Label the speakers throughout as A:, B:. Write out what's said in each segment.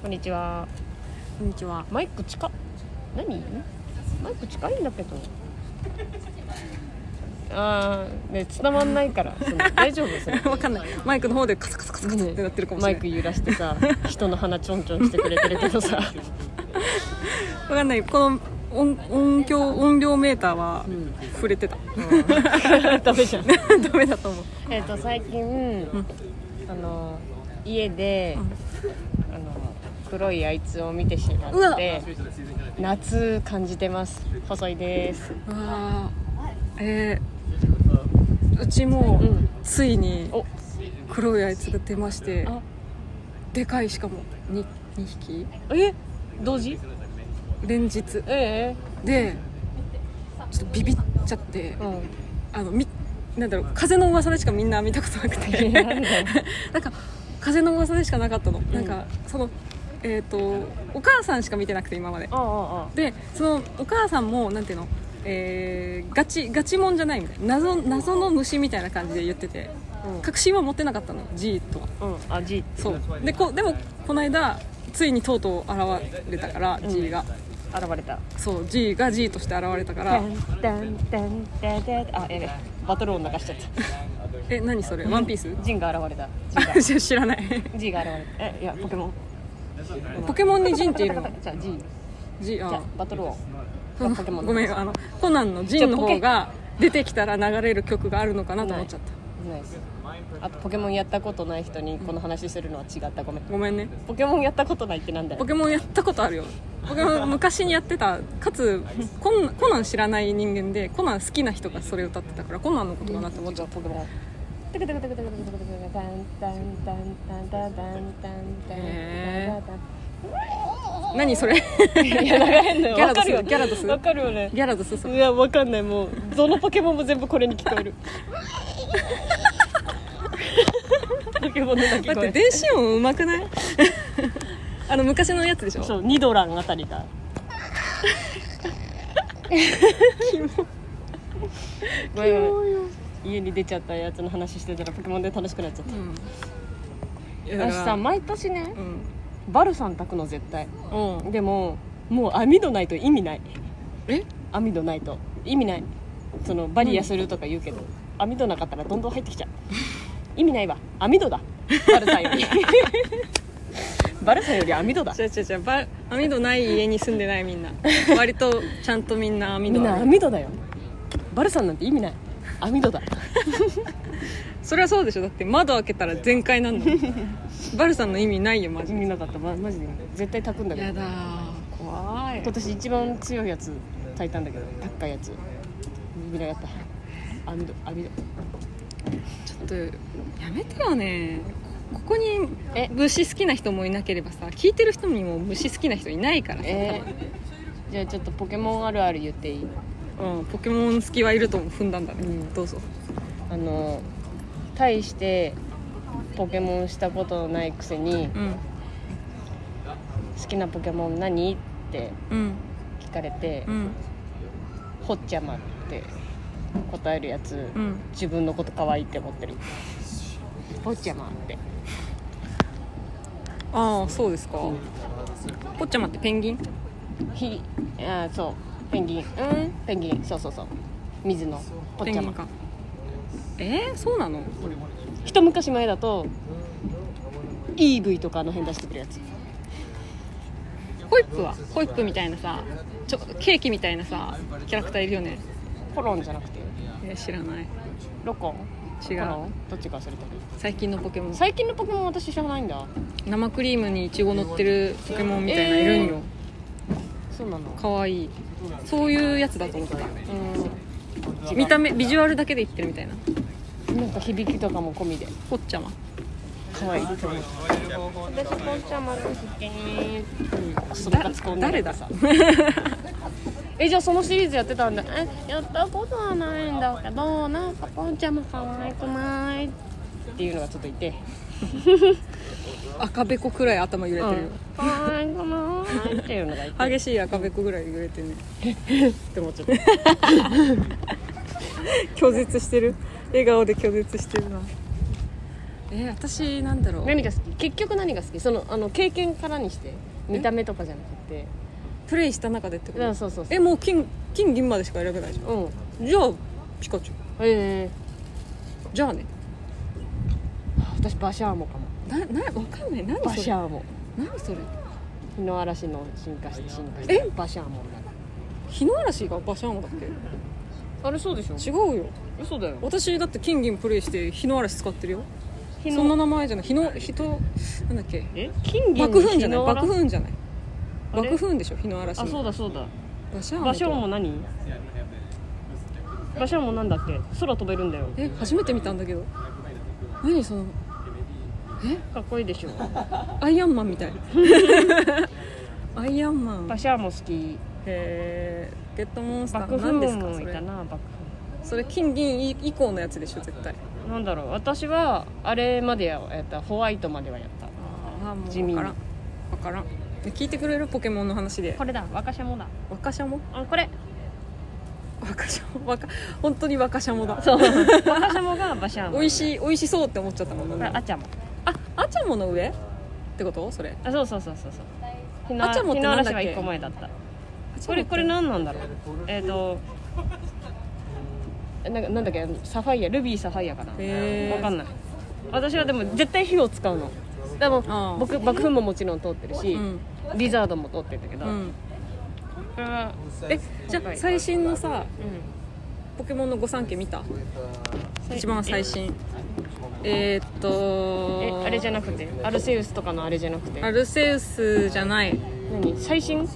A: こんにちは
B: こんにちは。
A: マイク近っ何マイク近いんだけどあーね伝わんないからその大丈夫 それ
B: わかんない。マイクの方でカサカサカサカサってなってるかもし
A: マ
B: れ
A: イ
B: な
A: ク
B: い。
A: 揺らしてさ人の鼻ちょんちょんしてくれてるけど さ、
B: わかんない。この音音響音量メーターは
A: うん、
B: 触れてた。
A: ダメじゃん
B: ダメだと思う。
A: えっと最近、
B: ん
A: あの家で、あの黒いあいつを見てしま
B: うわ
A: って夏感じてます細いです、
B: あーえー、うちも
A: うん、
B: ついに
A: お
B: 黒いあいつが出まして
A: あ
B: でかいしかも 2, 2匹
A: え同時
B: 連日
A: え
B: でちょっとビビっちゃって
A: えうん
B: あのみなんだろう風の噂でしかみんな見たことなくて
A: なんだよ
B: なんか風の噂でしかなかったの、
A: ん
B: なんかそのえっ、とお母さんしか見てなくて今まで
A: あああ
B: でそのお母さんもなんていうのえーガチガチもんじゃないみたいな謎謎の虫みたいな感じで言ってて
A: あうん
B: 確信は持ってなかったの G とは
A: うん、あ、じ
B: そうでこでもこの間ついにとうとう現れたから
A: ん
B: G が、
A: 現れた。
B: そう G が G として現れたか
A: ダ
B: ら、
A: ンダンダンダダダあ、やべ、バトル音流しちゃった。
B: え何それワンピース
A: ジンが現れた。
B: 知 知らない
A: ジンが、ジンが現れた。え、いや、ポケモン。
B: ポケモンにジンっているの
A: じゃあ、ジン。じ
B: G あ
A: ゃあ、バトル音。
B: その
A: ポケモン
B: ごめんあのコナンのジンの方
A: じ
B: が出てきたら流れる曲があるのかなと思っちゃった
A: ナイス。あと、ポケモンやったことない人に、この話するのは違った。ごめん。
B: ごめんね
A: ポケモンやったことないってなんだよ
B: ポ。ケモンやったことあるよポケモン昔にやってたかつコンコナン知らない人間でコナン好きな人がそれ歌ってたからコナンのことかなって思っちゃ
A: ポケモン。タカタカタカタカタカタカタダンダンダンダンダンダンダンダンダン
B: う何それ
A: いや、流れんのよ。
B: ギャ
A: わか
B: ラド
A: る
B: ス
A: よ。
B: ギャラドス
A: わかるよね。
B: ギャラドスそう
A: いやわかんないもうどのポケモンも全部これに聞こえるポケモンの鳴き
B: だって
A: 声
B: 電子音うまくない あの昔のやつでしょ
A: そうニドランあたりがキモ家に出ちゃったやつの話してたらポケモンで楽しくなっちゃっ
B: うんいや
A: た
B: だ
A: 私
B: から
A: さ毎年ね
B: うん
A: バルさん炊くの絶対
B: うん
A: でももう網戸ないと意味ない
B: え
A: 網戸ないと意味ないそのバリアするとか言うけど、網戸なかったらどんどん入ってきちゃう意味ないわ網戸だバルさんよ りバルさんより網戸だ
B: 違う違う違うば網戸ない家に住んでないみんな割とちゃんとみんな
A: み
B: 網戸
A: ん
B: あ
A: な
B: る
A: 網戸だよバルさんなんて意味ない網戸だ
B: それはそうでしょだって窓開けたら全開なんだ もんバルさんの意味ないよマジ
A: 意
B: で
A: 味なかったまマジで絶対炊くんだけど
B: だ怖い
A: 今年一番強いやつ炊いたんだけど高いやつ意味なかった網戸網戸
B: ちょっとやめてよねここに
A: え
B: 虫好きな人もいなければさ聞いてる人にも虫好きな人いないからさ、
A: えーじゃあちょっとポケモンあるある言っていい
B: うん、ポケモン好きはいるとも踏んだんだね、
A: うん
B: どうぞ
A: あの大してポケモンしたことのないくせに
B: うん
A: 「好きなポケモン何?」って
B: うん
A: 聞かれて
B: うん
A: 「ほっちゃま」って答えるやつ
B: うん
A: 自分のこと可愛いって思ってる「ほっちゃま」って
B: ああそうですか、
A: うん
B: ポッチャマってペンギン
A: ひあーそうペンギンうんペンギンそうそうそう水野ほっ
B: ペン
A: ち
B: ギ
A: ゃ
B: ン
A: ま
B: かえー、そうなの
A: 一昔前だと EV とかあの辺出してくるやつ
B: ホイップはホイップみたいなさちょケーキみたいなさキャラクターいるよね
A: コロンじゃなくて
B: えー知らない
A: ロコン
B: 違
A: コロ
B: う
A: ンどっちか忘れたけど
B: 最近のポケモン
A: 最近のポケモン私知らないんだ
B: 生クリームにイチゴ乗ってるポケモンみたいないるんよ、
A: そうなの
B: かわいいそういうやつだと思ってた
A: うん
B: 見た目ビジュアルだけで言ってるみたいな
A: なんか響きとかも込みで
B: ポッチャマ
A: 可愛い私ポンちゃんまる好きクソムカつく女
B: 誰だ
A: さ えじゃあそのシリーズやってたんだえやったことはないんだけどなんかポンちゃんも可愛くないっていうのがちょっといて
B: 赤べこくらい頭揺れ
A: う
B: てるよ
A: ん、可愛くない っていうのがいて
B: 激しい赤べこぐらい揺れてるね
A: って思っちゃった
B: 拒絶してる笑顔で拒絶してるなえー、私なんだろ う
A: 何が好き結局何が好きそのあの経験からにして見た目とかじゃなくて
B: プレイした中でってこ
A: うん
B: と
A: そうそうそう
B: えもう金金銀までしか選べないじゃ
A: うんへ
B: んじゃあピカチュウ
A: え
B: じゃあね
A: 私バシャーモかも
B: ななわかんない何
A: バ
B: そ
A: シ
B: れ
A: ャーモ
B: 何それ
A: 日の嵐の進化して進化して
B: え
A: バシャーモになる
B: 日の嵐がバシャーモだっ
A: あれそうでしょ
B: け違うよ
A: 嘘だよ
B: 私だって金銀プレイして日の嵐使ってるよ
A: 日
B: そんな名前じゃない日の人なんだっけ
A: え金銀
B: 爆粉じ
A: 日
B: ゃない
A: の嵐
B: 爆粉じゃない
A: あれ
B: 爆粉でしょ日の嵐の
A: あそうだそうだ
B: バシャーモと
A: バシャーモ何バシャーモなんだっけ空飛べるんだよ
B: え初めて見たんだけど何その
A: かっこいいでしょ
B: アイアンマンみ たいアイアンマン
A: バシャーモ好き
B: えー、ゲットモンスタ
A: 爆
B: ー
A: 風
B: なんですか
A: も
B: そ
A: いた
B: れ
A: な爆
B: それ金銀以以降のやつでしょ絶対
A: 風なんだろう私はあれまでやったホワイトまではやった
B: ああもう
A: 地味
B: 分
A: に
B: からん分からんで聞いてくれるポケモンの話で
A: これだ若シャモだ
B: 若者も
A: あこれ
B: 若者も若本当に若者もだ
A: そう若シャモがバシャーモ
B: 美味しい美味しそうって思っちゃったもん
A: これ
B: ね
A: アチャモ
B: ああちゃもの上ってことそれ
A: あそうそうそうそうそう日の
B: アチャモって
A: 日の
B: なんだっ
A: 嵐
B: け
A: は一個前だったこれこれ何なんだろうえっ、ー、とえなんかなんだっけサファイアルビーサファイアかな
B: へー
A: わかんない私はでも絶対火を使うのでも
B: あー
A: 僕爆風ももちろん通ってるし、
B: うん
A: リザードも通ってるんだけど、
B: うん
A: これは
B: えじゃあ最新のさ
A: うん
B: ポケモンの御三家見た一番最新えー、っ
A: え
B: と
A: あれじゃなくてアルセウスとかのあれじゃなくて
B: アルセウスじゃない
A: 何最新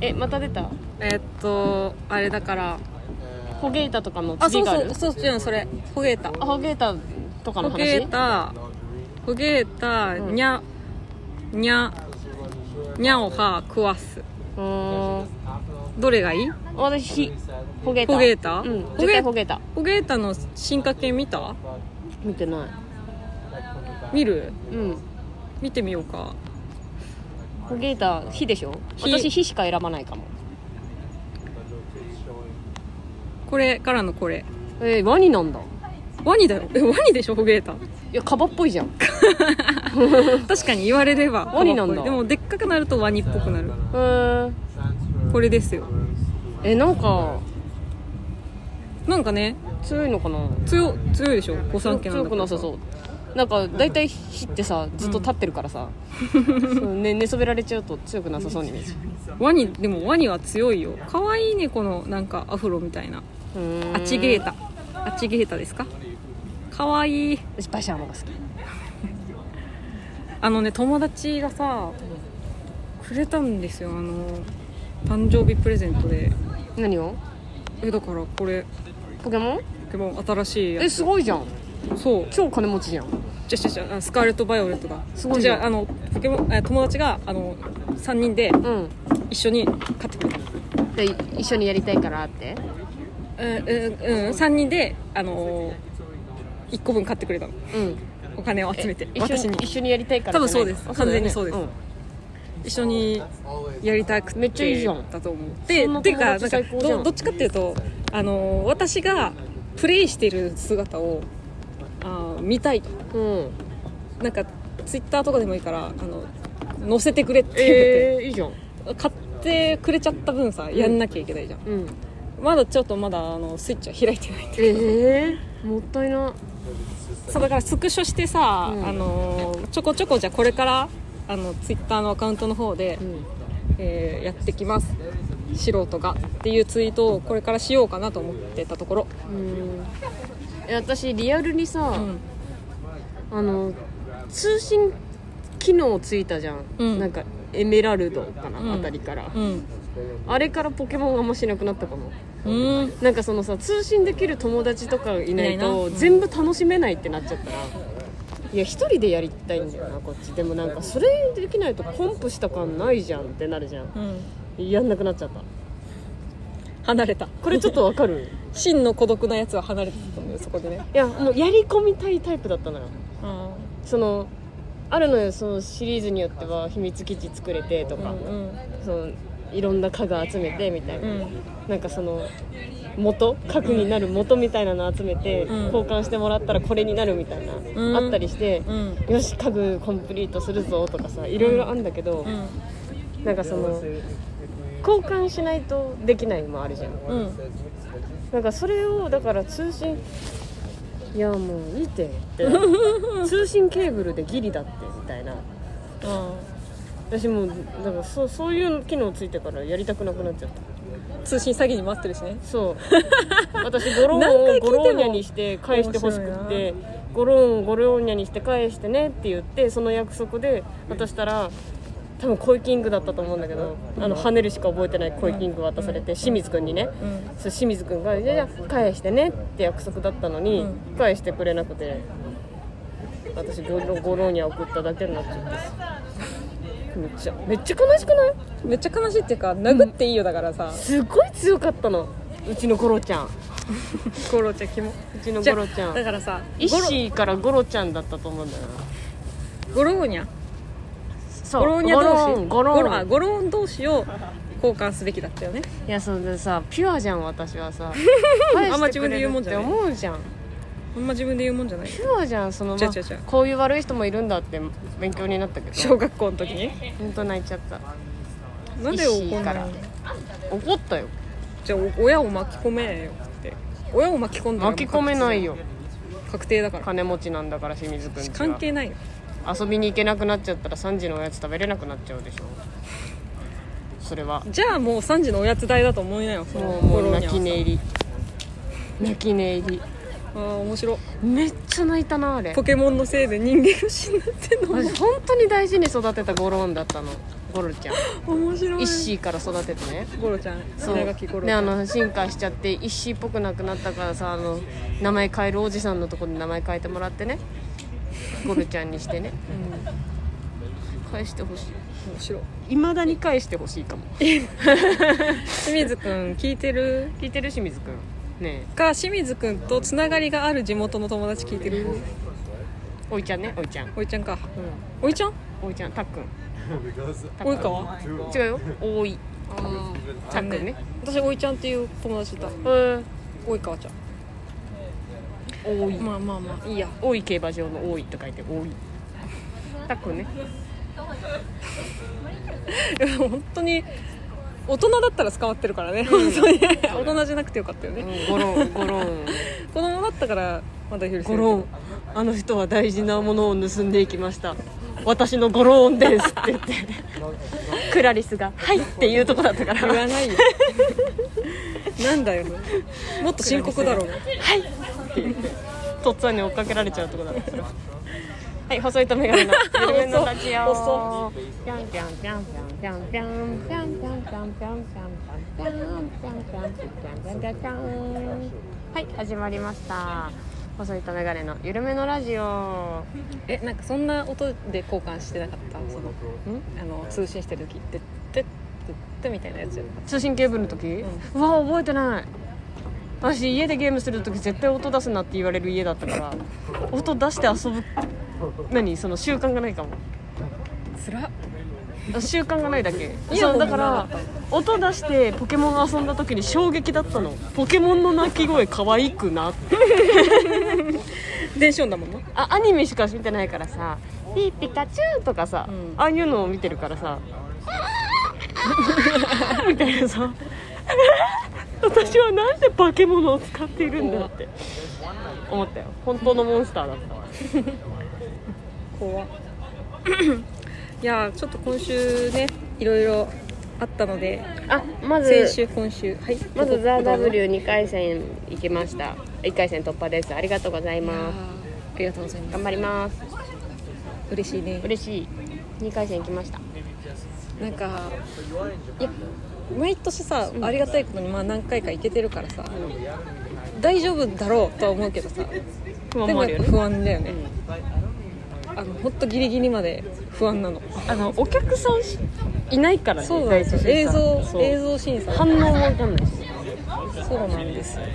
A: えまた出た
B: えーっとあれだから
A: ホゲータとかの
B: あ
A: 次
B: そう
A: があ
B: そ
A: る
B: うそううんそれホゲータ
A: あホゲータとかの
B: ホ
A: 話
B: ゲータホゲータ
A: うん
B: ニャニャニャオハクワス
A: うーん
B: どれがいい
A: 私ひホゲータ
B: ホゲータ
A: うん
B: ホゲー
A: 絶対ホゲータ
B: ホゲータの進化系見た
A: 見てない
B: 見る
A: うん
B: 見てみようか
A: ホゲータ火でしょ
B: 火
A: 私火しか選ばないかも
B: これからのこれ
A: えー、ワニなんだ
B: ワニだよえワニでしょホゲータ
A: いやカバっぽいじゃんへ
B: 確かに言われれば
A: ワニなんだ
B: でもでっかくなるとワニっぽくなる
A: ー
B: これですよ
A: えなんか
B: なんかね
A: 強いのかな
B: 強強いでしょ御三家なん
A: 強
B: だ
A: くなさそうなんか大体火ってさずっと立ってるからさ、そうね、寝そべられちゃうと強くなさそうに見えちゃ
B: うワニでもワニは強いよ可愛いねこのなんかアフロみたいな
A: ううーん
B: アチゲータアチゲータですか可愛い
A: 私バシャーモが好き
B: あのね友達がさくれたんですよあの誕生日プレゼントで
A: 何を
B: えだからこれ
A: ポケモン
B: ポケモン新しいや
A: えすごいじゃん
B: つそう
A: 超金持ちじゃん
B: じゃじゃじゃあスカーレット・バイオレットが
A: すごいね
B: じゃああのポケモンえ友達があの3人で
A: うん
B: 一緒に買ってくれた
A: で一緒にやりたいからって
B: うんうん、うん、3人であの1個分買ってくれたの
A: うん
B: お金を集めて
A: 一緒
B: 私
A: に
B: に
A: 一緒にやりたいから
B: 多分
A: じゃない
B: そうです
A: あ
B: 完全にそうです一緒にやりたくて
A: めっちゃいいじゃん
B: だと思って
A: そんな
B: ていうか
A: 友達
B: な
A: 最
B: んか
A: 高じゃん
B: どどっちかっていうとあの私がプレイしてる姿をあー見たいと
A: うん、うん
B: なんかツイッターとかでもいいからあの載せてくれって言って、
A: えー、いいじゃん
B: 買ってくれちゃった分さやんなきゃいけないじゃん、
A: うん
B: まだちょっとまだあのスイッチは開いてないんで
A: えー、もったいな
B: そうだからスクショしてさ、
A: うん
B: あのちょこちょこじゃあこれからあのツイッターのアカウントの方で、
A: うん
B: えーやってきます素人がっていうツイートをこれからしようかなと思ってたところ、
A: うんえ私リアルにさ、
B: うん
A: あの通信機能ついたじゃん、
B: うん
A: なんかエメラルドかな、
B: うん
A: あたりから
B: うん
A: あれからポケモンがあんましなくなったかも
B: うん
A: なんかそのさ通信できる友達とかいない
B: いないな
A: と
B: うん
A: 全部楽しめないってなっちゃったらいや一人でやりたいんだよなこっちでもなんかそれできないとコンプした感ないじゃんってなるじゃん
B: うん
A: やんなくなっちゃった
B: 離れた
A: これちょっとわかる
B: 真の孤独なやつは離れてたんだよそこでね、
A: いやもうやり込みたいタイプだったのよ
B: うん
A: そのあるのよそのシリーズによっては秘密基地作れてと
B: う
A: か、
B: ん
A: そのいろんな家具集めてみたいな、
B: うん
A: なんかその元核になる元みたいなの集めて、
B: うん
A: 交換してもらったらこれになるみたいな、
B: うん
A: あったりして、
B: うん
A: よし家具コンプリートするぞとかさいろいろあるんだけど、
B: うん
A: なんかその交換しないとできないのもあるじゃん
B: うん
A: なんかそれをだから通信いやもういいてって 通信ケーブルでギリだってみたいな私もうなんかそそういう機能ついてからやりたくなくなっちゃった
B: 通信詐欺に待ってるしね
A: そう私ゴローンを
B: 何回聞いて
A: ゴ
B: も
A: ローニャにして返してほしくってゴローンをゴローニャにして返してねって言ってその約束で渡したら多分コイキングだったと思うんだけどあの跳ねるしか覚えてないコイキング渡されて清水君にね
B: うん
A: そう清水君が「じゃあじゃあ返してね」って約束だったのに、
B: うん
A: 返してくれなくて私ゴロゴロには送っただけになっちゃってさめっちゃめっちゃ悲しくない
B: めっちゃ悲しいっていうか殴っていいよだからさ
A: すごい強かったのうちのゴロちゃんう
B: ゴロちゃんキモ
A: ちのゴロちゃ
B: だ
A: ん
B: からさ
A: イッシーからゴロちゃんだったと思うんだよな
B: ゴロゴローニャ
A: そ
B: ゴローニャ同士
A: ゴロ
B: ゴ
A: ゴ
B: ロ
A: ロ
B: あゴローン同士を交換すべきだったよね
A: いやそんでさピュアじゃん私は さ
B: あんま自分で言うもんじゃない
A: 返してくれるって思うじゃん
B: あんま自分で言うもんじゃない
A: ピュアじゃんその、
B: 違う違う違う
A: こういう悪い人もいるんだって勉強になったけ
B: 小
A: ど
B: 学校の時に
A: 本当泣いちゃった
B: なんで怒ん
A: か
B: ない
A: ら
B: の
A: 怒ったよ
B: じゃあお親を巻き込めよって親を巻き込んだらもう
A: 巻き込めないよ
B: 確定だから
A: 金持ちなんだから清水君ちは
B: 関係ないよ
A: 遊びに行けなくなっちゃったら3時のおやつ食べれなくなっちゃうでしょそれは
B: じゃあもう3時のおやつ代だと思いなよその
A: もうも
B: ゴ
A: う
B: ロー
A: 泣
B: ニャ
A: き寝
B: は
A: 入り泣き寝入
B: さあー面白い
A: りめっちゃ泣いたなあれ
B: ポケモンのせいで人間が死んだってんの
A: 私本当に大事に育てたゴロンだったのゴロちゃん
B: 面白い
A: 一シーから育ててね
B: ゴロちゃん
A: そう
B: 稲垣ゴロち
A: で
B: ゃ
A: あ
B: ん
A: の進化しちゃって一シーっぽくなくなったからさあの名前変えるおじさんのとこに名前変えてもらってねゴロちゃんにしてね
B: う ん
A: 返してほしい
B: 面白い
A: いまだに返してほしいかも
B: 清水くん聞いてる
A: 聞いてる清水くんね
B: か清水くんとつながりがある地元の友達聞いてる
A: えおいちゃんねおいちゃん、
B: おいちゃんかおいちゃん
A: おいちゃんたっくんたっ
B: お
A: く
B: い
A: ん
B: かは
A: 違うよおいたっくんね
B: 私おいちゃんっていう友達いた
A: うん
B: おいかわちゃん
A: おい
B: まあまあまあいいや
A: おい競馬場のおいと書いておいたっくんね
B: いや本当に大人だったら捕まってるからね、本当に大人じゃなくてよかったよ
A: う
B: ね、
A: んゴロンゴロン
B: 子供だったからまだ許せるけ
A: ゴ
B: ど
A: ロンあの人は大事なものを盗んでいきました私のゴローンですって言ってクラリスが「はい」っていうとこだったから「
B: 言
A: は
B: わないよなんだよもっと深刻だろう
A: い」って言ってとっつぁんに追っかけられちゃうとこだったからはい細いと眼鏡の緩めのラジオ
B: 細
C: ぴょんぴょんぴょんぴょんぴょんぴょんぴょんぴょんぴょんぴょんぴょんぴょんぴょんぴょんぴょんぴょんぴょんぴょんぴょん
A: はい始まりました細いとメガネのゆるめのラジオ
B: えなんかそんな音で交換してなかったそのあの通信してる時ってってってみたいなやつ
A: 通信ケーブルの時、うわ覚えてない私家でゲームする時絶対音出すなって言われる家だったから音出して遊ぶ何その習慣がないかも
B: つらっ
A: 習慣がないだけ
B: いや
A: そうだ
B: もう
A: から音出してポケモン遊んだ時に衝撃だったのポケモンの鳴き声可愛くなって
B: 電子音だもんな
A: あアニメしか見てないからさ「ピーピカチュウ」とかさ、
B: うん
A: ああいうのを見てるからさ みたいな さ私はなんで化け物を使っているんだって思ったよ本当のモンスターだった
B: 怖いやーちょっと今週ねいろいろあったので
A: あま
B: 先週今週はい
A: まず「
B: ど
A: ザ
B: うぞ
A: w 2回戦行きました1回戦突破ですありがとうございます
B: ありがとうございます
A: 頑張ります
B: 嬉しいね
A: 嬉しい2回戦行きました
B: なんかいや毎年さ、ありがたいことにまあ何回か行けてるからさ、大丈夫だろうとは思うけどさ
A: 不
B: でもやっぱ不安だよね
A: ね、
B: あのほんとギリギリまで不安なの
A: あのお客さんしいないからね
B: そうなんですよ映像映
A: 像
B: 像審査
A: 反応もわかんないし
B: そうなんですよね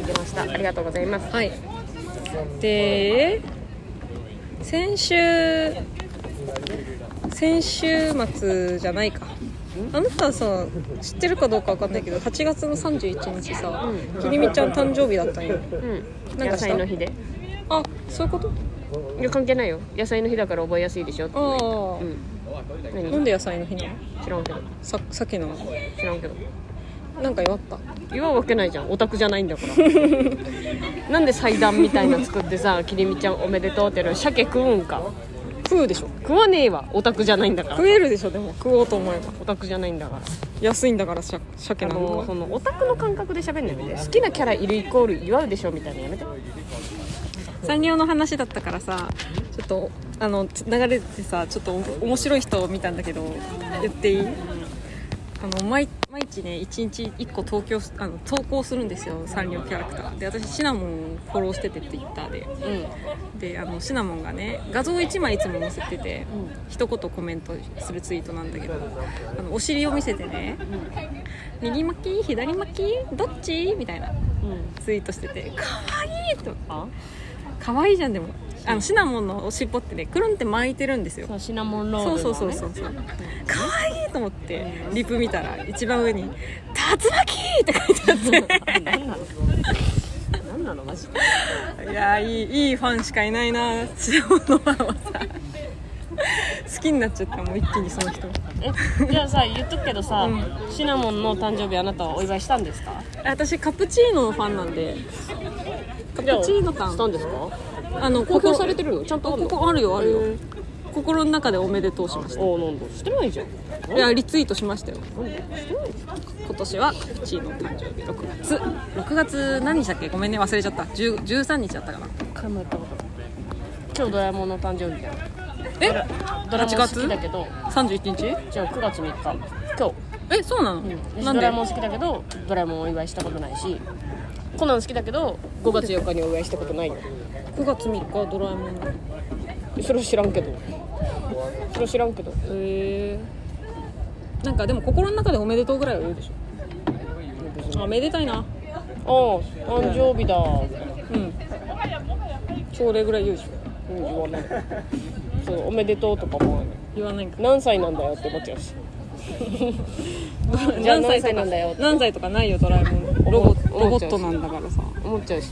A: 行きましたありがとうございます
B: はいで先週先週末じゃないかあなたさ知ってるかどうかわかんないけど8月の31日さきりみちゃん誕生日だったんよ
A: うん
B: なん
A: 野
B: かした
A: 菜の日で
B: あそういうこと
A: いや関係ないよ野菜の日だから覚えやすいでしょって
B: あ
A: うん
B: あ、なん
A: 何
B: で野菜の日なの
A: 知らんけど
B: ささっきの
A: 知らんけど
B: なんか弱った
A: 言うわけないじゃんオタクじゃないんだから なんで祭壇みたいなの作ってさ「きりみちゃんおめでとう」ってやるの鮭食うんか
B: 食うでしょ
A: 食わねえわオタクじゃないんだから
B: 食えるでしょでも食おうと思えば
A: オタクじゃないんだから
B: 安いんだからしゃ鮭
A: あ
B: なん
A: のそ
B: か
A: のオタクの感覚で喋んのやめて好きなキャラいるイコール祝うでしょみたいなのやめて
B: サンリオの話だったからさちょっとあのつ流れてさちょっとお面白い人を見たんだけど言っていいあの毎毎日ね1日1個東京あの投稿するんですよサンリオキャラクターで私シナモンフォローしてて Twitter でであのシナモンがね画像1枚いつも載せてて、一言コメントするツイートなんだけどあのお尻を見せてね「右巻き左巻きどっち?」みたいな
A: うんうん
B: ツイートしてて「かわいい!」と
A: あ
B: 可愛いじゃんでもあのシナモンのおしっぽってねくるんって巻いてるんですよ
A: そうシナモンロール
B: そ
A: の、
B: う
A: ね、
B: そうそうそうそう可愛いと思ってリプ見たら一番上に「竜巻!」って書いてあ っ
A: 何なの何なのマジで
B: ていやーいいいいファンしかいないなシナモンのファンはさ好きになっちゃったもう一気にその人
A: えじゃあさ言っとくけどさ、シナモンの誕生日あなたはお祝いしたんですか
B: 私カプチーノのファンなんでカプチーノ
A: した
B: 感
A: んですか
B: あの
A: 公表されてるのちゃんとあん
B: こ
A: の
B: こあるよあるよ
A: へー
B: 心の中でおめでとうしました
A: おなんだしてないじゃん
B: いやリツイートしましたよ今年はカプチーノ誕生日6月6月何でしたっけごめんね忘れちゃった10 13日だったかな
A: 回もやったことない今日ドラえもんの誕生日じゃん
B: え
A: ドラえ
B: 8
A: もん
B: 月
A: 好きだけど
B: 31日
A: じゃあ9月3日今
B: えそうなの、
A: 日、
B: な
A: ド
B: ん
A: ラえ
B: で
A: もん好きだけどドラえもんお祝いしたことないしコナン好きだけど5月4日にお祝いしたことないよ
B: 9月3日ドラえもん
A: それは知らんけどそれは知らんけどへえ
B: なんかでも心の中でおめでとうぐらいは言うでしょあめでたい
A: あ
B: な
A: 誕生日だ
B: うん朝礼ぐらい言うでしょ
A: うん言わないそうおめでとうとかも
B: 言わない か
A: 何歳なんだよって思っちゃうしじゃあ何
B: 何歳と
A: 歳
B: か
A: なんだよって
B: 何歳とかないよドラえもんロボロボットなんだからさ
A: 思っちゃうし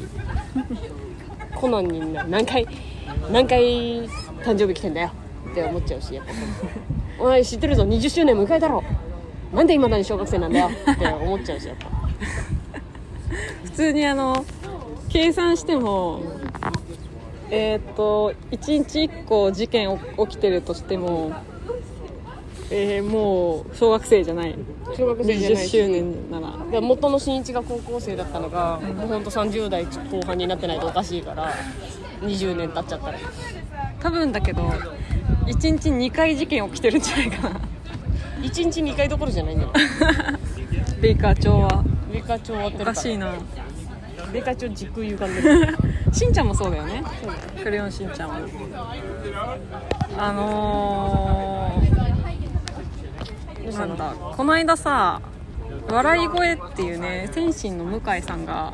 A: コナンにな何回何回誕生日来てんだよって思っちゃうしやっ ぱお前知ってるぞ20周年迎えたろなんで今だに小学生なんだよって思っちゃうしやっぱ
B: 普通にあの計算してもえーっ、と1日1個事件お起きてるとしても、えーもう小学生じゃない
A: 小学生じゃ
B: 20
A: ない
B: 周
A: し
B: 年なら
A: で元の新一が高校生だったのが、もうほんと30代後半になってないとおかしいから20年経っちゃったら
B: 多分だけど1日2回事件起きてるんじゃないかな
A: 1日2回どころじゃないんだよ
B: ベイカー町は
A: 米花町終わって
B: お
A: るか
B: かしい
A: ら
B: な
A: 米花町軸歪んでる
B: しんちゃんもそうだよね「クレヨンしんちゃんも」あのー、なんだこの間さ「笑い声」っていうね天心の向井さんが、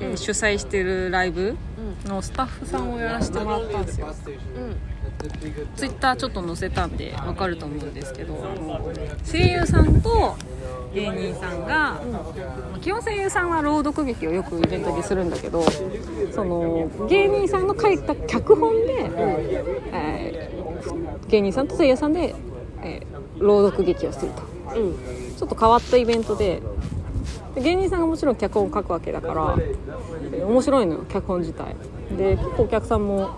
B: えー主催してるライブのスタッフさんをやらせてもらったんですよ、ツイッターちょっと載せたんでわかると思うんですけどあの声優さんと芸人さんが、まあ基本声優さんは朗読劇をよくイベントでするんだけどその芸人さんの書いた脚本で、えー芸人さんと声優さんで、えー朗読劇をすると
A: うん
B: ちょっと変わったイベントでで芸人さんがもちろん脚本を書くわけだからえー面白いのよ脚本自体で結構お客さんも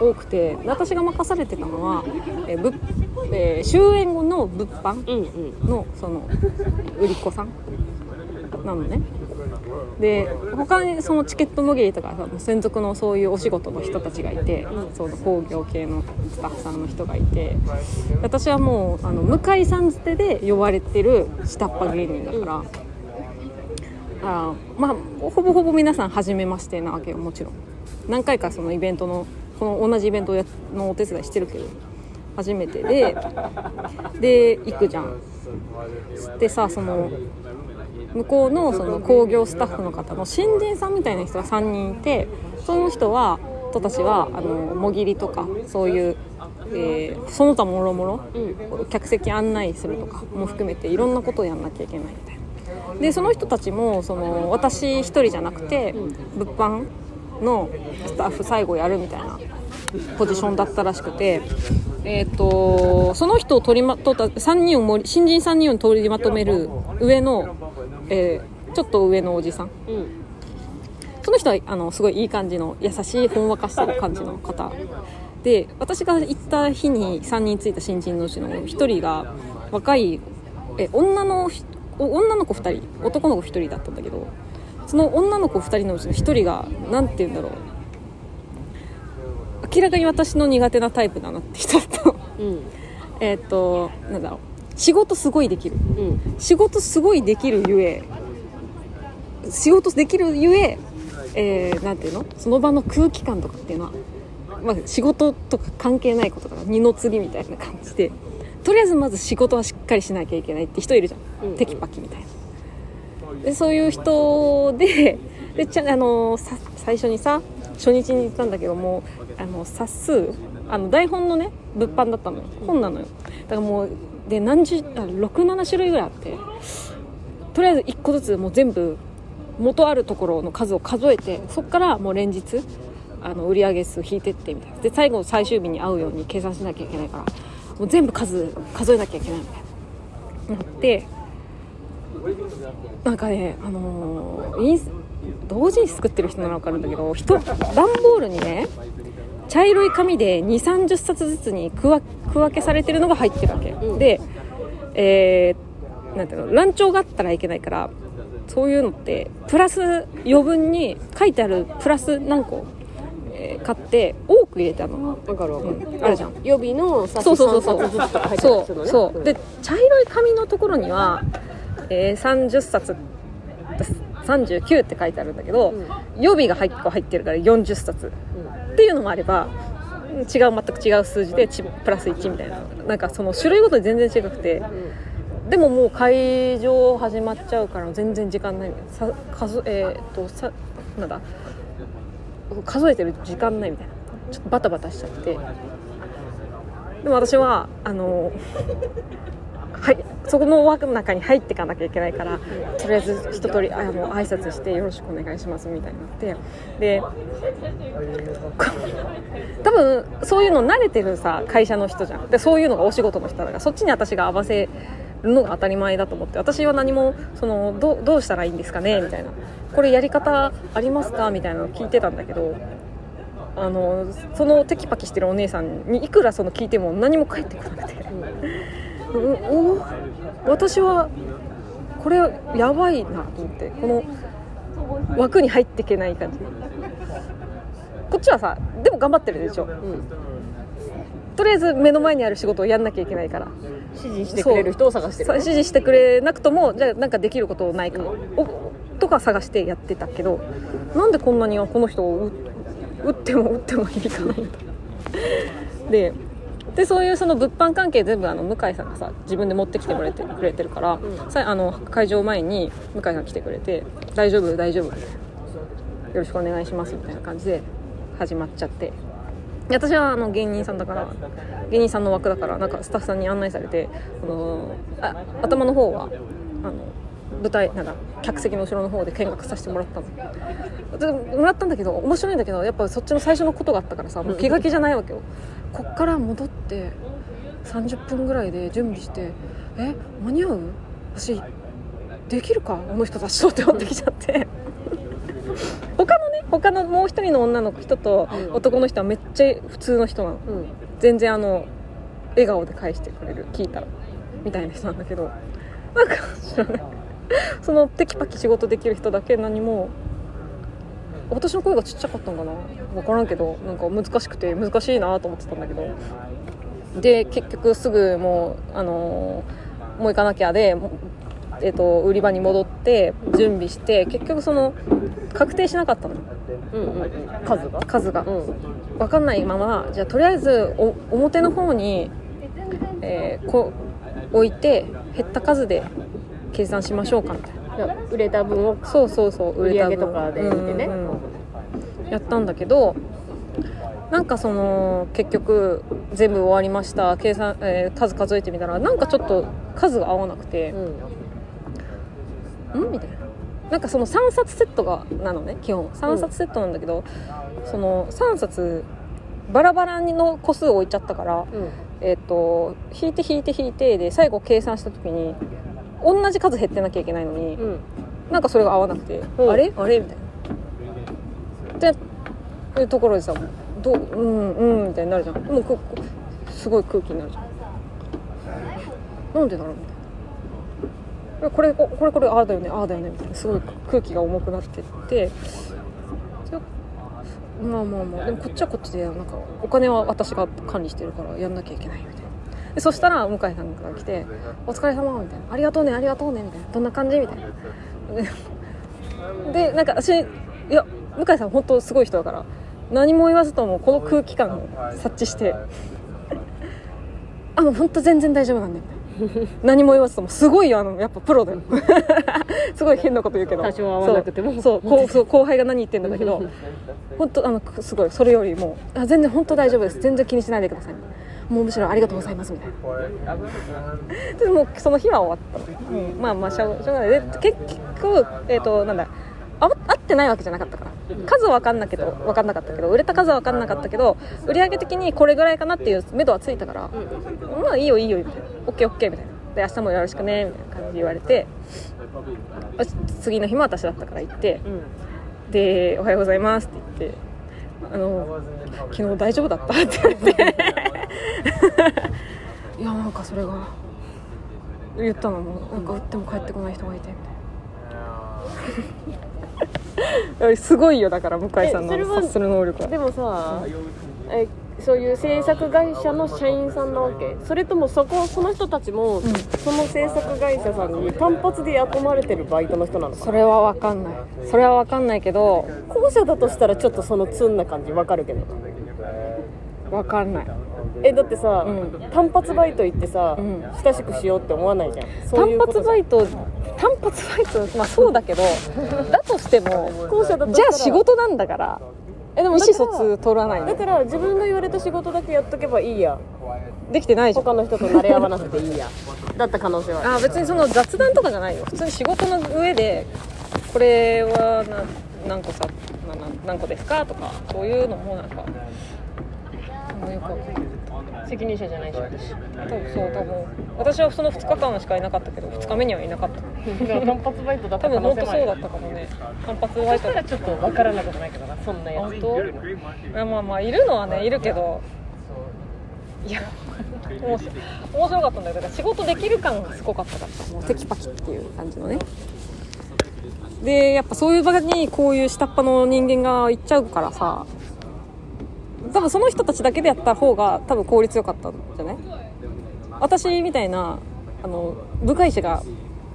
B: 多くてで私が任されてたのは、えーぶえー終演後の物販
A: うんうん
B: のその売り子さんなのねで他にそのチケットもぎりとかさ専属のそういうお仕事の人たちがいて、その工業系のスタッフさんの人がいて私はもうあの向井さん捨てで呼ばれてる下っ端芸人だから、あーまあほぼほぼ皆さん初めましてなわけよもちろん何回かそのイベントのこの同じイベントをやのお手伝いしてるけど初めてでで行くじゃんでさその向こうのその工業スタッフの方の新人さんみたいな人が3人いてその人は人たちはあのもぎりとかそういうえーその他もろもろ
A: うん
B: 客席案内するとかも含めていろんなことをやんなきゃいけないみたいなでその人たちもその私一人じゃなくて物販のスタッフ最後やるみたいなポジションだったらしくて、えー、とその人を取りまとった三人を盛り新人3人を取りまとめる上の、えーちょっと上のおじさん
A: うん
B: その人はあのすごいいい感じの優しいほんわかしてる感じの方で私が行った日に3人ついた新人のうちの1人が若いえ女のひ女の子2人男の子1人だったんだけどその女の子2人のうちの1人が何て言うんだろう明らかに私の苦手なタイプだなって人だったの
A: うん
B: えっとなんだろう仕事すごいできる
A: うん
B: 仕事すごいできるゆえ仕事できるゆええーなんていうのその場の空気感とかっていうのは、まあ、仕事とか関係ないことから二の次みたいな感じでとりあえずまず仕事はしっかりしなきゃいけないって人いるじゃん、
A: うん
B: テキパキみたいなでそういう人ででちゃあのさ最初にさ初日に行ったんだけどもあの冊数あの台本のね物販だったのよ本なのよだからもうで何十67種類ぐらいあってとりあえず1個ずつもう全部元あるところの数を数えてそこからもう連日あの売り上げ数引いてってみたいなで最後最終日に合うように計算しなきゃいけないからもう全部数数えなきゃいけないみたいななってなんかねあのーインス同時に作ってる人なら分かるんだけど人段ボールにね茶色い紙で2 3 0冊ずつに区分区分けされてるのが入ってるわけ、でえーなんていうの乱調があったらいけないからそういうのってプラス余分に書いてあるプラス何個、えー買って多く入れたの、
A: わかるわかる、
B: うんあるじゃん
A: 予備の冊
B: そう
A: 子
B: そう
A: 3
B: そう
A: 冊
B: そ
A: ずつとか入ってた
B: う
A: り
B: そ
A: するの
B: う
A: ね
B: そう
A: うん
B: で茶色い紙のところには、えー、30冊39って書いてあるんだけど、
A: うん
B: 予備が入っこう入ってるから40冊、っていうのもあればうん違う全く違う数字でちプラス1みたいななんかその種類ごとに全然違くて、でももう会場始まっちゃうから全然時間ないみたいなさ数えーっとさなんだ数えてる時間ないみたいなちょっとバタバタしちゃってでも私はあのはいそこの枠の中に入っていかなきゃいけないからとりあえず一通りあの挨拶してよろしくお願いしますみたいになってでこ 多分そういうの慣れてるさ会社の人じゃんでそういうのがお仕事の人だからそっちに私が合わせるのが当たり前だと思って私は何もそのどうどうしたらいいんですかねみたいなこれやり方ありますかみたいなのを聞いてたんだけどあのそのテキパキしてるお姉さんにいくらその聞いても何も返ってこなくて、うお私はこれやばいなと思ってこの枠に入っていけない感じこっちはさでも頑張ってるでしょ
A: うん
B: とりあえず目の前にある仕事をやんなきゃいけないから
A: 指示してくれる人を探してる
B: さ指示してくれなくともじゃあなんかできることないかおとか探してやってたけどなんでこんなにこの人を打打っても打っても響かないんだででそういうその物販関係全部あの向井さんがさ自分で持ってきてくれてくれてるから、さあの会場前に向井さん来てくれて「大丈夫大丈夫」よろしくお願いしますみたいな感じで始まっちゃってで私はあの芸人さんだから芸人さんの枠だからなんかスタッフさんに案内されてあのあ頭の方はあの舞台なんか客席の後ろの方で見学させてもらったのでもらったんだけど面白いんだけどやっぱそっちの最初のことがあったからさもう気が気じゃないわけよこっから戻って30分ぐらいで準備してえ間に合う私できるかあの人たちとって思ってきちゃって他のね他のもう一人の女の子人と男の人はめっちゃ普通の人なの
A: うん
B: 全然あの笑顔で返してくれる聞いたらみたいな人なんだけどなんか知らないそのテキパキ仕事できる人だけ何も私の声がちっちゃかったのかな分からんけどなんか難しくて難しいなと思ってたんだけどで結局すぐもうあのーもう行かなきゃで、もうえっと売り場に戻って準備して結局その確定しなかったの
A: うんうん数が
B: 数が。
A: うん
B: 分かんないままじゃあとりあえずお表の方に、えーこう置いて減った数で計算しましょうかみたい
A: だ
B: な
A: から売れた分を
B: そうそうそう
A: 売り上げ
B: た分
A: とかで見てね
B: うんうんやったんだけどなんかその結局全部終わりました計算、えー数数えてみたらなんかちょっと数が合わなくて
A: う、ん
B: んみたいななんかその3冊セットがなのね基本3冊セットなんだけど、その3冊バラバラの個数を置いちゃったか
A: う
B: ら、
A: ん
B: えっと引いて引いて引いてで最後計算した時に同じ数減ってなきゃいけないのに、
A: うん
B: なんかそれが合わなくて、
A: うん
B: あれあれみたいな。っていうところでさどううんうんみたいになるじゃんもうここすごい空気になるじゃんなんでだろうみたいなこれここれこれああだよねああだよねみたいなすごい空気が重くなってってちょまあまあまあでもこっちはこっちでなんかお金は私が管理してるからやんなきゃいけないみたいなでそしたら向井さんが来て「お疲れ様みたいな「ありがとうねありがとうね」みたいな「どんな感じ?」みたいなでなんか私いや向井さん本当すごい人だから何も言わずともこの空気感を察知して「あもう本当全然大丈夫なんだよ」何も言わずともすごいよあのやっぱプロだよ すごい変なこと言うけど
A: 多少合わなくても
B: そうそうこうそう後輩が何言ってんだけど本当あのくすごいそれよりもあ全然本当大丈夫です全然気にしないでくださいもうむしろありがとうございますみたいな でもうその日は終わった、うんまあまあしょうしょうがないで結局えっ、となんだあ合ってないわけじゃなかったから数は分かんなけど分かんなかったけど売れた数は分かんなかったけど売上的にこれぐらいかなっていう目処はついたから、まあいいよいいよみたいな OKOK みたいなで明日もよろしくねみたいな感じで言われてあ次の日も私だったから行って、
A: うん
B: で「おはようございます」って言って「あの昨日大丈夫だった?」って言われて いやなんかそれが言ったのもなんか打っても帰ってこない人がいてみ たいなすごいよだから向井さ
A: え
B: んの
A: それは
B: 察する能力は
A: でもさえそういう制作会社の社員さんなわけそれともそこその人たちも、その制作会社さんに単発で雇まれてるバイトの人なのか
B: それは分かんないそれは分かんないけど
A: 後者だとしたらちょっとそのツンな感じわかるけど
B: 分かんない
A: えだってさ、
B: うん
A: 単発バイト行ってさ、
B: ん
A: 親しくしようって思わないじゃんそうい
B: 単
A: うことじ
B: 発
A: ゃ
B: バ
A: ん
B: イト単発バイトまあそうだけどだとしても
A: 後者だとした
B: じゃ
A: ら
B: あ仕事なんだから
A: えで
B: 意
A: もだか
B: 思
A: ら
B: 疎通取らない
A: だから自分の言われた仕事だけやっとけばいいや
B: できてないじゃん
A: 他の人と慣れ合わなくていいやだった可能性はある
B: あ別にその雑談とかじゃないよ普通に仕事の上でこれはな何個さなな何個ですかとかそういうのもなんかもうよくわかんない
A: 責任者じゃないし私
B: 多分そう多分私はその2日間しかいなかったけど2日目にはいなかった
A: だから単発バイトだっ
B: 多
A: た可
B: 分
A: 能性
B: 本
A: も
B: 当そ
A: あ
B: う
A: る
B: だったかもね単発バイト
A: そしたらちょっとわからなくもないけどなそんなやつ
B: 本当いやまあまあいるのはねいるけどいやもう面白かったんだよだから仕事できる感がすごかったからもうテキパキっていう感じのねでやっぱそういう場にこういう下っ端の人間が行っちゃうからさ多分その人たちだけでやった方が多分効率よかったんじゃない私みたいなあの部外者が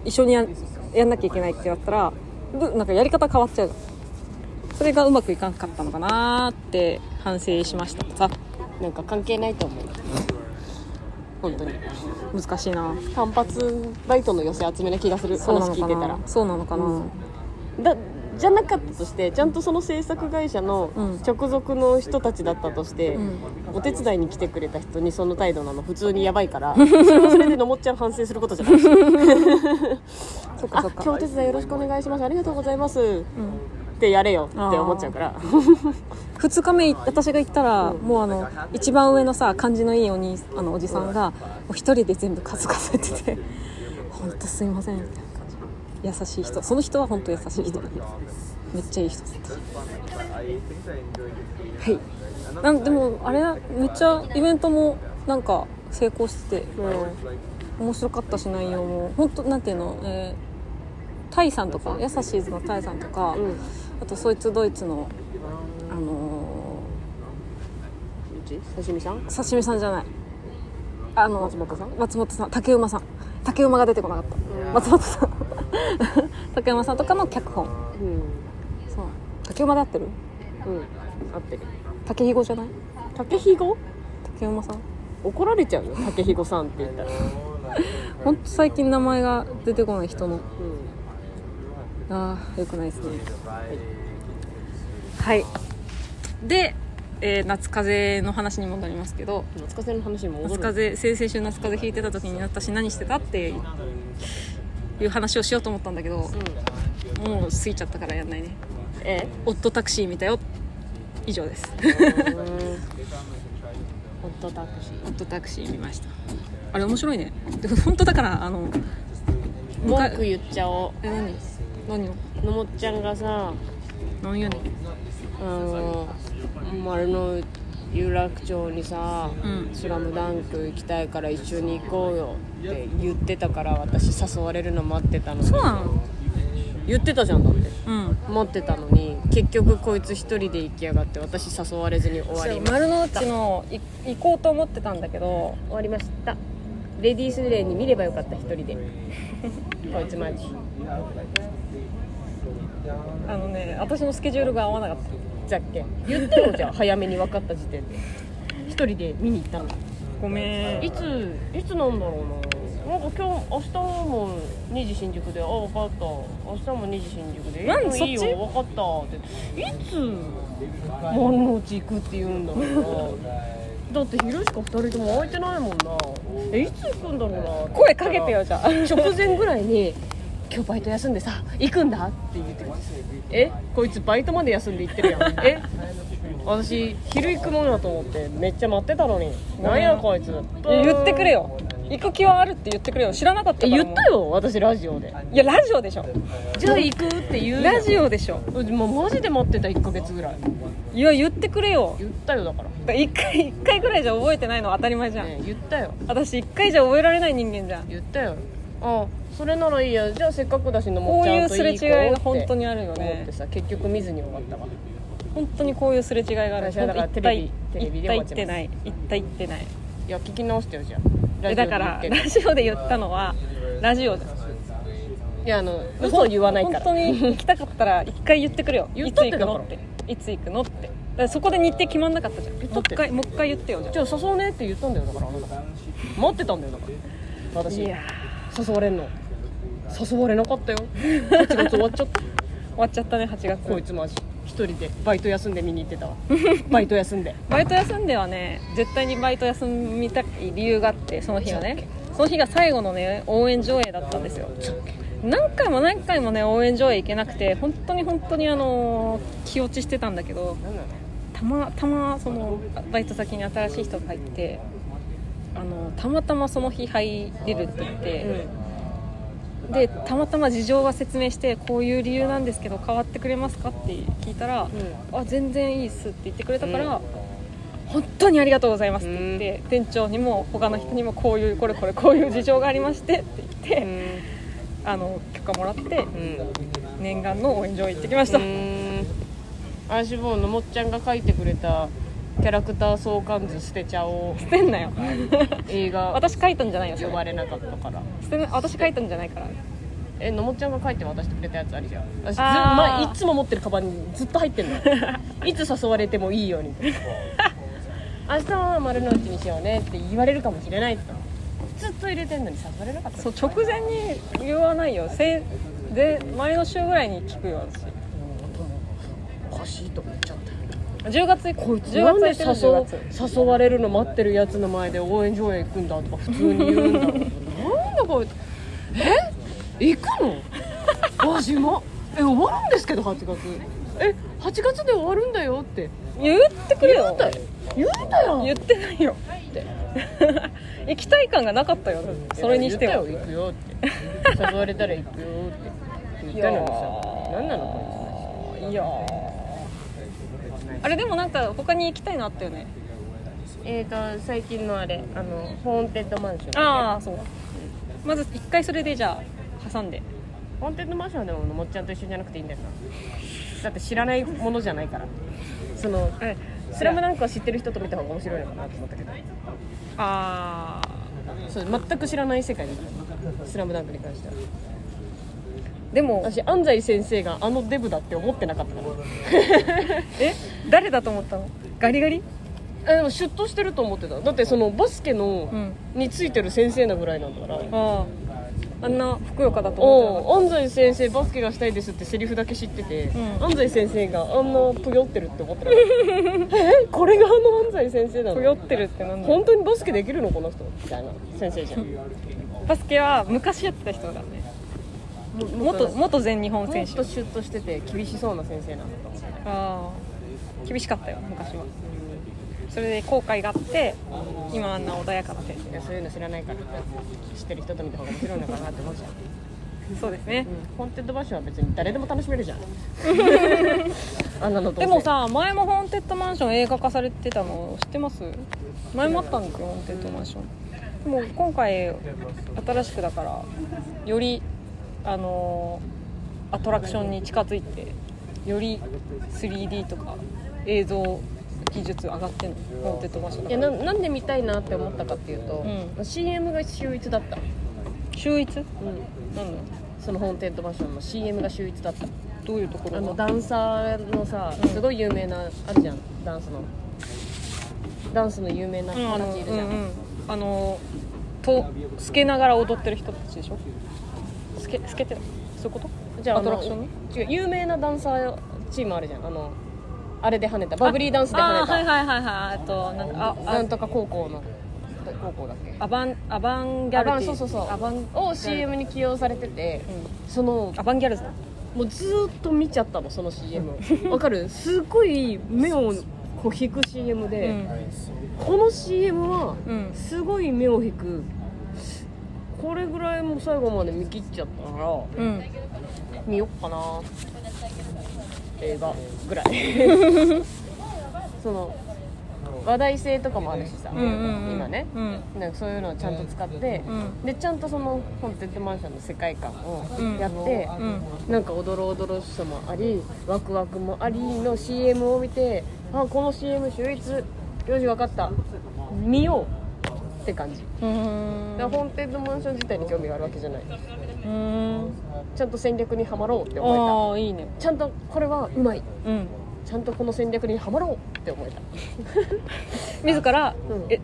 B: 一緒にやんやんなきゃいけないってなったらぶなんかやり方変わっちゃうじゃんそれがうまくいかんかったのかなーって反省しましたさ
A: なんか関係ないと思う本当に
B: 難しいな
A: 単発バイトの寄せ集めな気がする
B: そうな
A: 話
B: の
A: 聞い
B: か
A: てたら
B: なそうなのかな、
A: だじゃなかったとしてちゃんとその制作会社の
B: うん
A: 直属の人たちだったとして、
B: ん
A: お手伝いに来てくれた人にその態度なの普通にやばいから それもそれでのもっちゃん反省することじゃないし
B: そっか
A: あ
B: そっか
A: 今日お手伝いよろしくお願いしますありがとうございます、
B: ん
A: ってやれよって思っちゃうから
B: 2日目い私が行ったら、もうあの一番上のさ感じのいいおにあのおじさんが、もう一人で全部数数えてて 「ほんとすいません」みたいな感じ優しい人その人は本当優しい人めっちゃいい人だったはいなんでもあれめっちゃイベントもなんか成功してて、面白かったし内容も本当なんていうの、えー、タイさんとか優しいズのタイさんとか、あとそいつドイツのあの
A: うち刺身さん
B: ー、刺身さんじゃないあの
A: 松本さん
B: 松本さん竹馬さん竹馬が出てこなかった松本さん 竹馬さんとかの脚本
A: うん
B: そう竹馬で合ってる
A: うん合ってる
B: 竹ひごじゃない
A: 竹ひご
B: 竹馬さん
A: 怒られちゃうよ竹ひごさんって言ったら、
B: ほんと最近名前が出てこない人の
A: うん
B: ああよくないですねはいでえー夏風邪の話に戻りますけど
A: 夏風邪の話にも戻
B: 夏
A: る
B: 風邪先々週夏風邪ひいてた時に私何してたっていう話をしようと思ったんだけどもう過ぎちゃったからやんないね
A: うんえ
B: 夫タクシー見たよ以上です
A: ホットタクシ
B: 夫タクシー見ましたあれ面白いねで本当だからあの
A: ー文句言っちゃお
B: え何何を
A: うのもっちゃんがさ
B: 何やねん
A: あの丸の有楽町にさ「
B: うん
A: スラムダンク行きたいから一緒に行こうよって言ってたから私誘われるの待ってたのに
B: そうなの
A: 言ってたじゃんだって
B: うん
A: 待ってたのに結局こいつ一人で行きやがって私誘われずに終わりま
B: 丸の内のい行こうと思ってたんだけど
A: 終わりましたレディースデーに見ればよかった一人で こいつマジ
B: あのね私のスケジュールが合わなかった
A: じゃっけん言ってよじゃあ 早めに分かった時点で一人で見に行ったの
B: ごめん
A: いついつなんだろうななんか今日明日も2時新宿で「あ分かった明日も2時新宿で」
B: なん
A: えいいよ
B: そっち
A: 分かった」っていつ丸の内行くって言うんだろう なだって昼しか2人とも空いてないもんなえいつ行くんだろうなって
B: 声かけてよじゃあ
A: 直前ぐらいに「今日バイト休んでさ行くんだ」って言ってくるえこいつバイトまで休んで行ってるやんえ私昼行くもんやと思ってめっちゃ待ってたのになんやこいつ
B: 言ってくれよ行く気はあるって言ってくれよ知らなかったか
A: え
B: らもう
A: 言ったよ私ラジオで
B: いやラジオでしょ
A: じゃあ行くって言う
B: ラジオでしょ
A: オもうマジで待ってた1ヶ月ぐらい
B: いや言ってくれよ
A: 言ったよだから、ね
B: だ1回一回ぐらいじゃ覚えてないの当たり前じゃん、
A: え、言ったよ
B: 私1回じゃ覚えられない人間じゃん
A: 言ったよあそれならいいやじゃあせっかくだしの
B: こ
A: も
B: う
A: ち
B: い
A: ゃん
B: う
A: と
B: すれ
A: いい子を
B: 違いが
A: っ
B: 本
A: て
B: 当にある
A: 思
B: よ
A: っ
B: ね
A: てさ結局見ずに終わったわ
B: 本当にこういうすれ違いがある
A: 私はだから
B: 本
A: テ
B: 当
A: レビ
B: 一体
A: テレビで終
B: 一体行
A: わ
B: っ
A: ってて
B: な
A: ま
B: い一体行ってない
A: いや聞き直してよじゃあラジ
B: え
A: オ
B: だ
A: で
B: から
A: 言って
B: ラジオで言ったのはラジオじゃん
A: いやあの嘘を言わないから
B: 本当に行きたかったら一回言ってくれよ
A: 言
B: い
A: っ
B: つ
A: たっ
B: 行
A: て
B: く
A: だから
B: のっていつ行くのってだからそこで日程決まんなかったじゃんもう
A: 言ったっ
B: 一
A: て
B: 回もう一回言ってよじゃ
A: じゃあ誘うねって言ったんだよだからあなた待ってたんだよだから
B: あ
A: 私
B: いや
A: 誘われんの誘われなかったよ8月終わっちゃった
B: ー終わっちゃったね8月
A: こいつマジ一人でバイト休んで見に行って たわバイト休んで
B: バイト休んではね絶対にバイト休みたい理由があってその日はねその日が最後のね応援上映だったんですよ何回も何回もね応援上映行けなくて本当に本当にあのー気落ちしてたんだけど
A: なんなの
B: たまたまそのバイト先に新しい人が入ってあのたまたまその日入れるって言って、でたまたま事情が説明してこういう理由なんですけど変わってくれますかって聞いたら、あ全然いいっすって言ってくれたから、本当にありがとうございますって言って、店長にも他の人にもこういうこれこれこういう事情がありましてって言って、あの許可もらって念願の応援上行ってきました、
A: うん私もうのもっちゃんが書いてくれたキャラクター相関図捨てちゃおう
B: 捨てんなよ
A: 映画
B: 私書いたんじゃないよそ
A: 呼
B: れ
A: ばれなかったから
B: 捨てな私書いたんじゃないから
A: えのもちゃんが書いて渡してくれたやつあるじゃん私ず、
B: あー
A: まあ、いつも持ってるカバンにずっと入ってんの いつ誘われてもいい ように明日は丸の内にしようねって言われるかもしれないってずっと入れてんのに誘われなかった
B: そう直前に言わないよせで前の週ぐらいに聞くよ私
A: おかしいと思っちゃった
B: 10月こい10
A: なんで
B: 月行ってるの10月
A: 誘誘われるの待ってるやつの前で応援上映行くんだとか普通に言うんだろうなんだこいつえ行くのマジまえ終わるんですけど8月え8月で終わるんだよって
B: 言ってくれよ
A: 言うたやん
B: 言ってないよって 行きたい感がなかったよそれにしては
A: 言ったよ行くよって誘われたら行くよって言ったのにさ何なの
B: いやーあれでもなんか他に行きたいのあったよね
A: これえっ、と最近のあれあのホーンテッドマンション
B: ああそうまず一回それでじゃあ挟んで
A: ホーンテッドマンションでももっちゃんと一緒じゃなくていいんだよなだって知らないものじゃないからその
B: え
A: 「スラムダンクは知ってる人と見た方が面白いのかなと思ったけど
B: ああ
A: そう全く知らない世界で「スラムダンクに関しては
B: でも
A: 私安西先生があのデブだって思ってなかったから
B: え誰だと思ったのガリガリ
A: えでもシュッとしてると思ってただってそのバスケの、
B: うん
A: についてる先生なぐらいなんだから
B: あああんなふくよかだと思ってなかった
A: お安西先生バスケがしたいですってセリフだけ知ってて、
B: うん
A: 安西先生があんなぷよってるって思ってなか ったえこれがあの安西先生なの
B: ふよってるってなんだ
A: 本当にバスケできるのこの人みたいな先生じゃん
B: バスケは昔やってた人だね元
A: もっ
B: 元全日本
A: と
B: 選手
A: シュッとしてて厳しそうな先生なのか
B: ああ厳しかったよ昔はそれで後悔があって今あんな穏やかな選
A: いやそういうの知らないから知ってる人と見た方が面白いのかなって思うじゃん、
B: 手そうですね
A: うん、ホーンテッドマンションは別に誰でも楽しめるじゃん あんなのどうせ
B: でもさ前もホーンテッドマンション映画化されてたの知ってます前もあったんですよホーンテッドマンションでも今回新しくだからよりあのーアトラクションに近づいてより 3D とか映像技術上がってんのホーンテッドマンションだ
A: い
B: か
A: や
B: ら
A: ななんで見たいなって思ったかっていうと、
B: う
A: CM が秀逸だった、
B: 秀逸なんだ
A: そのホーンテッドマンションの CM が秀逸だった
B: どういうとこ
A: あ
B: ろ
A: のダ
B: が
A: ンサーのさ、
B: うん
A: すごい有名なあるじゃんダンスのダンスの有名な
B: うん
A: 人
B: あ
A: た
B: の
A: ちいるじ
B: う
A: ゃん、
B: んうんあのと透けながら踊ってる人たちでしょ透け透けてるそういうこと
A: じゃあ
B: アトラクションね
A: あの違う有名なダンサーチームあるじゃんあのあれで跳ねたバブリーダンスで跳ねた、
B: ああーはいはいはいはいえっとなんかあ
A: な
B: あ
A: んとか高校の高校だっけ
B: アバンアバンギャル
A: アバン
B: ディ
A: そうそうそう
B: アバンギャルディ
A: を CM に起用されてて
B: う
A: その
B: んアバンギャルズだ
A: もうずーっと見ちゃったのその CM わかるすごい目をこう引く CM
B: う
A: で、
B: ん
A: この CM は
B: うん
A: すごい目を引くこれぐらいもう最後まで見切っちゃったから
B: うん
A: 見よっかな映画ぐらい その話題性とかもあるしさ、
B: うんうんうん
A: 今ね
B: うん
A: なんかそういうのをちゃんと使って、
B: うん
A: でちゃんとそのホーンテッドマンションの世界観をやって、
B: うん
A: なんかおどろおどろしさもありワクワクもありの CM を見てあこの CM 秀逸よし分かった見ようって感じだ
B: うん
A: からホーンテッドマンション自体に興味があるわけじゃない
B: うん
A: ちゃんと戦略にはまろうって思え
B: ああいいね
A: たちゃんとこれはうまい
B: うん
A: ちゃんとこの戦略にはまろうって思えた
B: 自ら
A: うん
B: え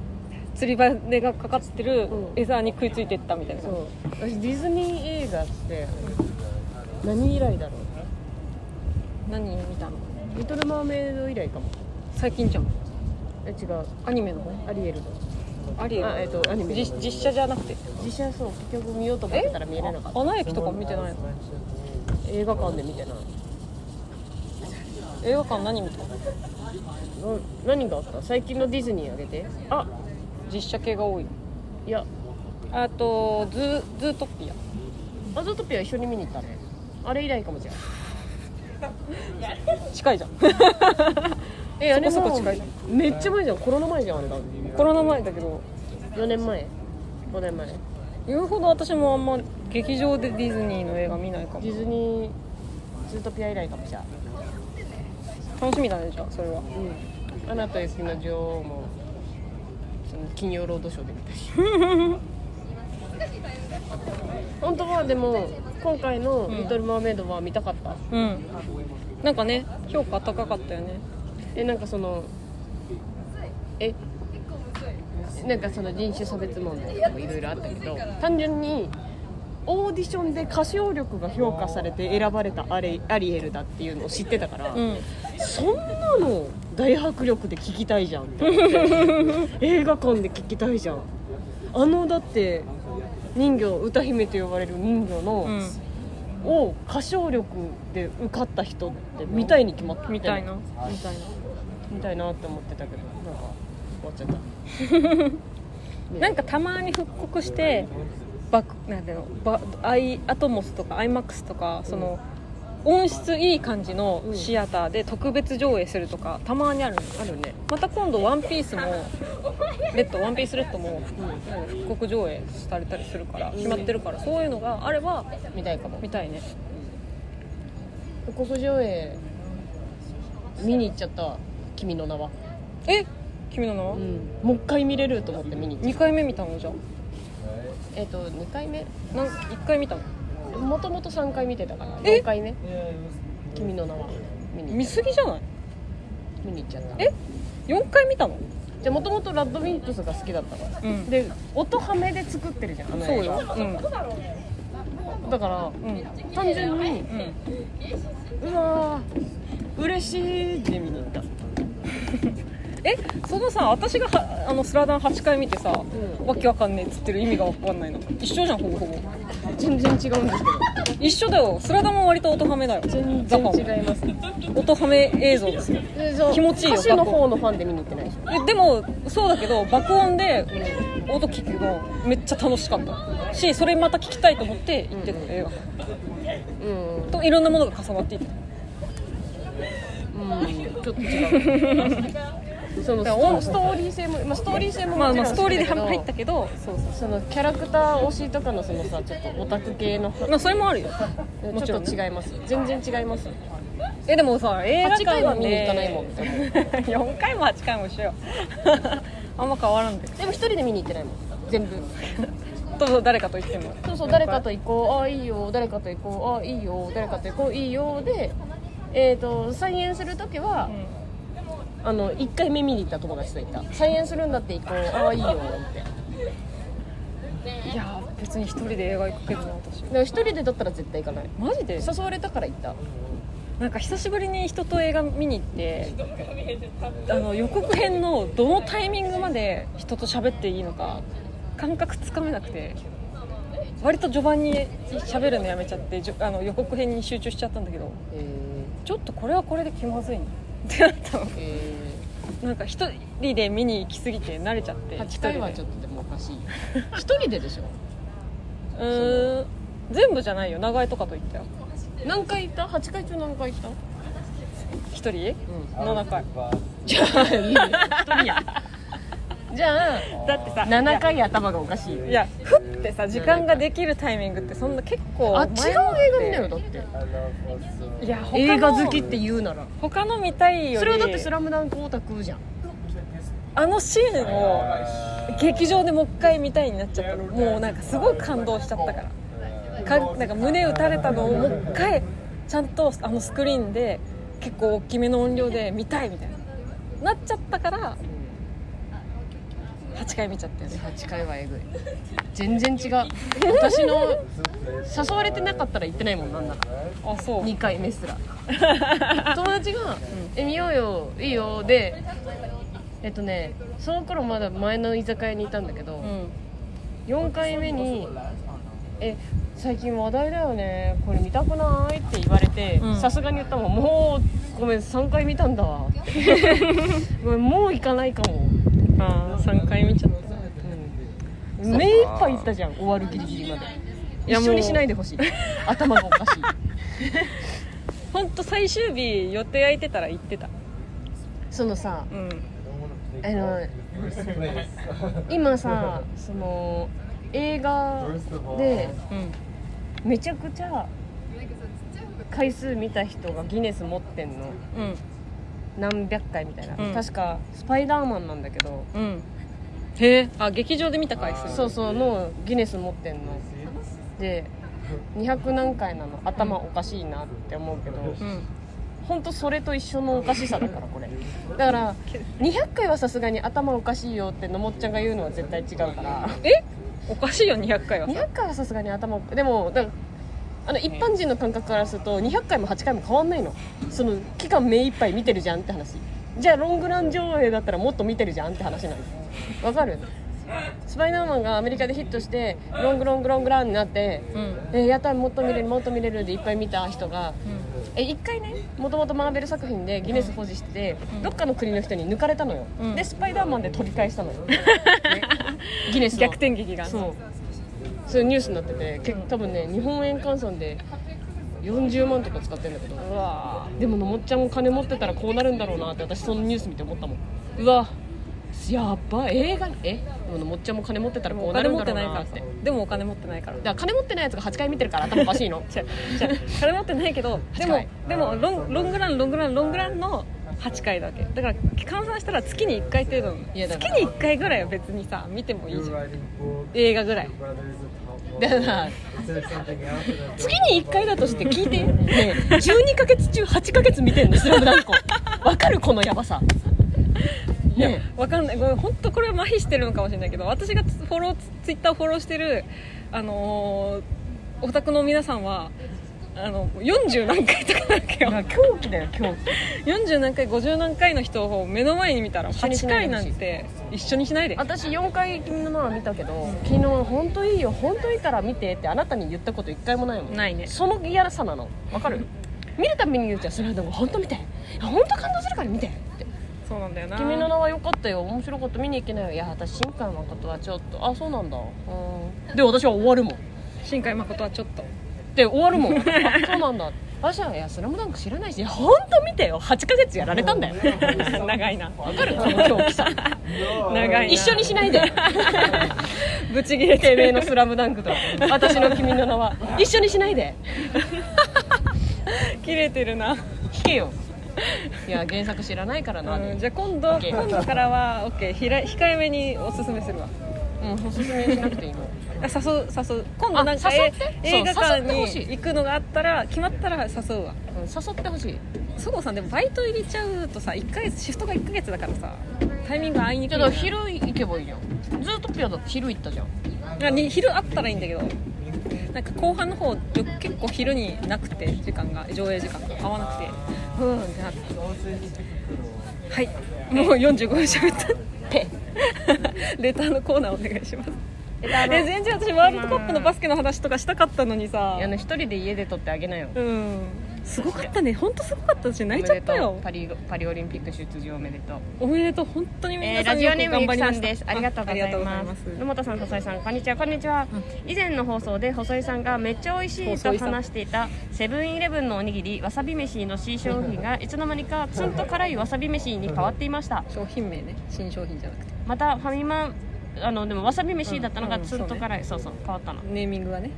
B: 釣り針がかかってる
A: うん
B: エザーに食いついてったみたいな
A: そう私ディズニー映画って何以来だろう
B: 何見たの
A: 「リトル・マーメイド」以来かも
B: 最近じゃん
A: え違う
B: アニメの方
A: アリエルの
B: アリエル
A: あえっとアニメ
B: 実実写じゃなくて
A: 実写そう結局見ようと思ってたら見れなかった
B: アナ雪とか見てないの
A: 映画館で見てない
B: 映画館何見た
A: な何があった最近のディズニーあげて
B: あ実写系が多い
A: いや
B: あとズーズートピア
A: アゾトピア一緒に見に行ったねあれ以来かもしれない
B: 近いじゃん
A: えあれ
B: そこそこ
A: も
B: 近いう
A: めっちゃ前じゃんコロナ前じゃんあれだ
B: コロナ前だけど
A: 4年前5年前デ
B: 言うほど私もあんま劇場でディズニーの映画見ないかも
A: ィズニーズートピア以来かもしれない
B: 楽しみだねじゃあそれは
A: うん「アナと雪の女王も」その金曜ロードショーで見たし本当はでも今回の「リトル・マーメイド」は見たかった、
B: うんなんかね評価高かったよね
A: えなんかそのえなんかその人種差別問題とかもいろいろあったけど単純にオーディションで歌唱力が評価されて選ばれたアレアリエルだっていうのを知ってたから、
B: うん
A: そんなの大迫力で聞きたいじゃんって思って映画館で聞きたいじゃんあのだって人魚歌姫と呼ばれる人魚の、
B: うん
A: を歌唱力で受かった人って見たいに決まって
B: みたいなみたいな
A: みたいなって思ってたけどなんか終わっちゃった
B: なんかたまに復刻してバクなんだろうバアイアトモスとかアイマックスとかその、音質いい感じのシアターで特別上映するとかたまにあるの
A: あるね
B: また今度「ワンピースもレッド「ワンピースレッドもなんか復刻上映されたりするから決まってるからそういうのがあれば
A: 見たいかも
B: 見たいね
A: 国上映見に行っちゃったわ君の名は、
B: え君の名
A: う
B: は、
A: ん、もう一回見れると思って見に行っちゃっ
B: 2回目見たのじゃあ
A: たえっ、と2回目
B: なん1回見たの
A: もともと3回見てたから
B: え
A: 4回目君の名は見に行
B: 見
A: っちゃ
B: すぎじゃない
A: 見に行っちゃった
B: え4回見たの
A: じゃあもともとラッドウィンプスが好きだったから
B: うん
A: で音ハメで作ってるじゃんあの
B: そう
A: 映画
B: よ、うん、
A: だから
B: うん
A: 単純に
B: うん
A: うわー嬉しいって見に行った、
B: えそのさ私がはあのスラダン8回見てさ、
A: ん
B: わけわかんねえっつってる意味がわかんないの一緒じゃんほぼほぼ
A: 全然違うんですけど
B: 一緒だよスラダンも割と音ハメだよ
A: 全
B: ザパ
A: 然
B: も
A: 違います
B: 音ハメ映像ですよ
A: でそう
B: 気持ちいいよ
A: 歌手の方のファンで見に行ってないでしょ
B: えでもそうだけど爆音で音聞くのめっちゃ楽しかったしそれまた聞きたいと思って行ってた映画館
A: うん、
B: といろんなものが重なっていって
A: うん、ちょっと違う その
B: だから
A: ストストーリー性も、まあ、ストーリー性も
B: まあ
A: も
B: まあ
A: ちろん
B: ストーリーで
A: 好きだけど
B: 入ったけどそうそう
A: そのキャラクター推しとかのそのさちょっとオタク系の
B: まあそれもあるよもち
A: ち
B: ろ
A: ょ
B: ん
A: っ
B: ね
A: と違います全然違います
B: えでもさ映画館
A: 8回は見に行かないもん
B: 4回も8回も一緒よ あんま変わらんで
A: でも一人で見に行ってないもん全部
B: と誰かと言っても
A: そうそう誰かと行こうああいいよ誰かと行こうああいいよ誰かと行こういいよでえっ、と再演する時は、あの1回目見に行った友達と行った再演するんだって行こうああいいよって
B: いやー別に一人で映画行くけどな私
A: でも一人でだったら絶対行かない
B: マジで
A: 誘われたから行った
B: なんか久しぶりに人と映画見に行ってあの予告編のどのタイミングまで人と喋っていいのか感覚つかめなくて割と序盤に喋るのやめちゃってじゅあの予告編に集中しちゃったんだけど
A: え
B: ちょっとこれはこれで気まずいなってなったの
A: ーえ
B: なんか一人で見に行きすぎて慣れちゃって
A: ー、8回はち
B: ょ
A: ょっとでもおかしいよ 一人ででしょ
B: っとうーん全部じゃないよ長いとかと言ったよ
A: 何回行った8回中何回行った
B: 一人
A: う
B: 7回
A: じゃあいいよ一人やじゃ
B: だってさ
A: あ7回頭がおかしいよ
B: いやふってさ時間ができるタイミングってそんな結構
A: あ違う映画見なよだって
B: いや他の
A: 映画好きって言うなら
B: 他の見たいより
A: それはだって「スラムダンクオタクじゃん
B: あのシーンを劇場でもう一回見たいになっちゃったのもうなんかすごい感動しちゃったからかなんか胸打たれたのをもう一回ちゃんとあのスクリーンで結構大きめの音量で見たいみたいななっちゃったから8回見ちゃったよね
A: 8回はえぐい全然違う私の誘われてなかったら行ってないもんなんなら
B: あそう
A: 2回目 すら友達が「え見ようよいいよ」でえっとねその頃まだ前の居酒屋にいたんだけど、
B: うん
A: 4回目に「え最近話題だよねこれ見たくない?」って言われて
B: うん
A: さすがに言ったもん「もうごめん3回見たんだ わ」って「ごめんもう行かないかも」
B: あ3回見ちゃった
A: うん目いっぱい行ったじゃん終わるギリギリまで
B: いや
A: 一緒
B: もう
A: にしないでほしい頭がお かしい
B: 本当最終日予定空いてたら行ってた
A: そのさ
B: うん
A: あの今さその映画で
B: うん
A: めちゃくちゃ回数見た人がギネス持ってんの
B: うん
A: 何百回みたいな、
B: うん
A: 確かスパイダーマンなんだけど
B: うんへえあ劇場で見た回数
A: そうそうのギネス持ってんので200何回なの頭おかしいなって思うけど
B: うん
A: 本当それと一緒のおかしさだからこれだから200回はさすがに頭おかしいよってのもっちゃんが言うのは絶対違うから
B: えおかしいよ200回はさ
A: 200回はさすがに頭でもだからあの一般人の感覚からすると200回も8回も変わんないのその期間目いっぱい見てるじゃんって話じゃあロングラン上映だったらもっと見てるじゃんって話なのわかるスパイダーマンがアメリカでヒットしてロングロングロングランになって、
B: うん
A: えーやったらもっと見れるもっと見れるでいっぱい見た人が、え1回ねもともとマーベル作品でギネス保持してて、どっかの国の人に抜かれたのよ、
B: うん
A: でスパイダーマンで取り返した のよ、ねギネスの
B: 逆転劇が
A: そうそういうニュースになってて結多分ね日本円換算で40万とか使ってるんだけど
B: うわ
A: でものもっちゃんも金持ってたらこうなるんだろうなって私そのニュース見て思ったもんうわやっば映画えでものもっちゃんも金持ってたらこ
B: お
A: うなる
B: 金
A: ん
B: 持
A: だ
B: って
A: ろう
B: ないか
A: な
B: ら
A: って
B: さでもお金持ってないから
A: だから金持ってないやつが8回見てるから頭おかしいの
B: 違う違う金持ってないけ どでも
A: 確
B: でもロンロングランロングランロングランの8回だけだから換算したら月に1回程度の
A: いやだ
B: 月
A: から
B: に1回ぐらいは別にさ見てもいいじゃん映画ぐらい
A: だから
D: 月
A: 月に1回だとして聞いてねえ12ヶ月中8ヶ月見てんの「スラムダンクをわかるこのヤバさね
B: わかんないごめん本当これは麻痺してるのかもしれないけど私がフォローツイッターをフォローしてるあのーオタクの皆さんはあの40何回とかだっけよ
A: なんか狂気だよ狂気
B: 40何回50何回の人を目の前に見たら
A: 一緒にし
B: 8
A: ないで
B: 回
A: ほ
B: な
A: しい
B: んて一緒にしないで
A: 私4回君のママ見たけど、昨日本当いいよ本当いいから見てってあなたに言ったこと1回もないもん
B: ないね
A: その嫌らさなのわかる見るたびに言うじゃんそれはでも本当見ていや本当感動するから見てって
B: そうなんだよな
A: 君の名は良かったよ面白かった見に行けないよいや私新海誠はちょっとあそうなんだうんで私は終わるもん
B: 新海誠はちょっと
A: で終わるも んあそうなんだ私はいや「スラムダンク知らないしいや本当見てよ8ヶ月やられたんだよ
B: 長いな
A: わかるこの狂気さ
B: 長いな
A: 一緒にしないで ぶち切れてめえの「スラムダンクと私の「君の名は」一緒にしないで
B: 切れてるな、
A: 聞けよいや原作知らないからな、
B: うん、じゃあ今度
A: OK
B: 今度からは OK ひら控えめにおすすめするわ
A: うんおすすめしなくていいの
B: あ誘う誘う今度なんか
A: あ誘
B: え
A: って
B: 映画
A: そう
B: 館
A: 誘って
B: に
A: ほしい
B: 行くのがあったら決まったら誘うわ
A: うん誘ってほしい
B: そごうさんでもバイト入れちゃうとさ1ヶ月シフトが1ヶ月だからさタイミング合いにく
A: け
B: いよ
A: ど
B: ね
A: 昼行けばいいじゃんずーっとピアだって昼行ったじゃん
B: あに昼あったらいいんだけどなんか後半の方よ結構昼になくて時間が上映時間が合わなくてうーんってなってはいもう45分喋ったって レターのコーナーお願いしますえ全然私ワールドカップのバスケの話とかしたかったのにさ
A: いやね一人で家で撮ってあげなよ
B: うんすごかったね本当すごかったし
A: お
B: 泣
A: め
B: いちゃ
A: で
B: った
A: と
B: よ
A: うパリパリオリンピック出場おめでとう
B: おめでとう本当に
C: え
B: 皆
C: ー
B: さ
C: ラ
B: ん
C: ジ
B: よ
C: オ
B: く
C: ネーム
B: 頑張
C: ゆき
B: り
C: さ
B: ま
C: ん
B: し
C: です
B: た
C: ありがとうございます野本さん細井さんこんにちはこんにちは、以前の放送で細井さんがめっちゃ美味しいと話していたセブンイレブンのおにぎりわさび飯の新商品がいつの間にかツンと辛いわさび飯に変わっていました
B: 商品名ね新商品じゃなくて
C: またファミマあのでもわさび飯だったのが
B: うんうん
C: ツンと辛い、そうそう変わったの、
B: ネーミングはね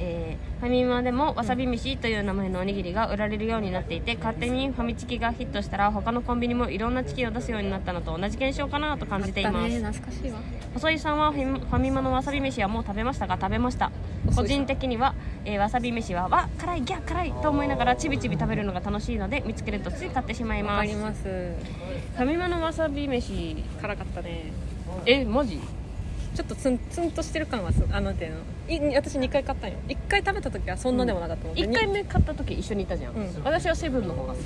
C: えーファミマでもわさび飯という名前のおにぎりが売られるようになっていて勝手にファミチキがヒットしたら他のコンビニもいろんなチキンを出すようになったのと同じ現象かなと感じています
B: あったね懐かしいわ
C: 細井さんはファミファミマのわさび飯はもう食べましたが食べました
B: 細
C: 個
B: 井さん
C: 人的には、えーわさび飯はわ辛いギャー辛いと思いながらちびちび食べるのが楽しいので見つけるとつい買ってしまい
B: わ
C: ま
B: か
C: す
B: ります
C: ファミマのわさび飯
B: 辛かったね
A: えマジ
B: ちょっとツンツンとしてる感はすあなんていうのい私2回買ったんよ1回食べた時はそんなでもなかったもん、
A: 1回目買った時一緒にいたじゃん、
B: うん
A: 私はセブンの方が好き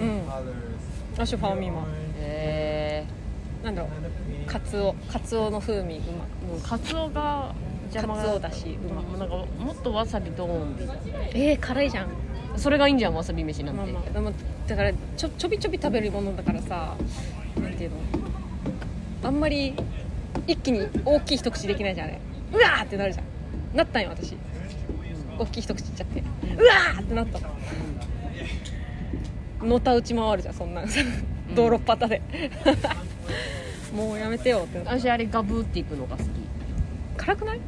B: うん私ファミマ
A: へえ
B: なんだろうカツオカツオの風味うま
A: カツオが邪魔
B: カツオだしうま
A: うんなんかもっとわさびドー
B: えー、辛いじゃん
A: ンそれがいいんじゃんわさび飯なんて、
B: まあまあでもだからちょちょびちょび食べるものだからさなんていうのあんまり一気に大きい一口できないじゃんあれうわーってなるじゃんなったんよ私大きい一口いっちゃってうわーってなったののたうち回るじゃんそんなんさ道路端でもうやめてよってな
A: 私あれガブーっていくのが好き
B: 辛くない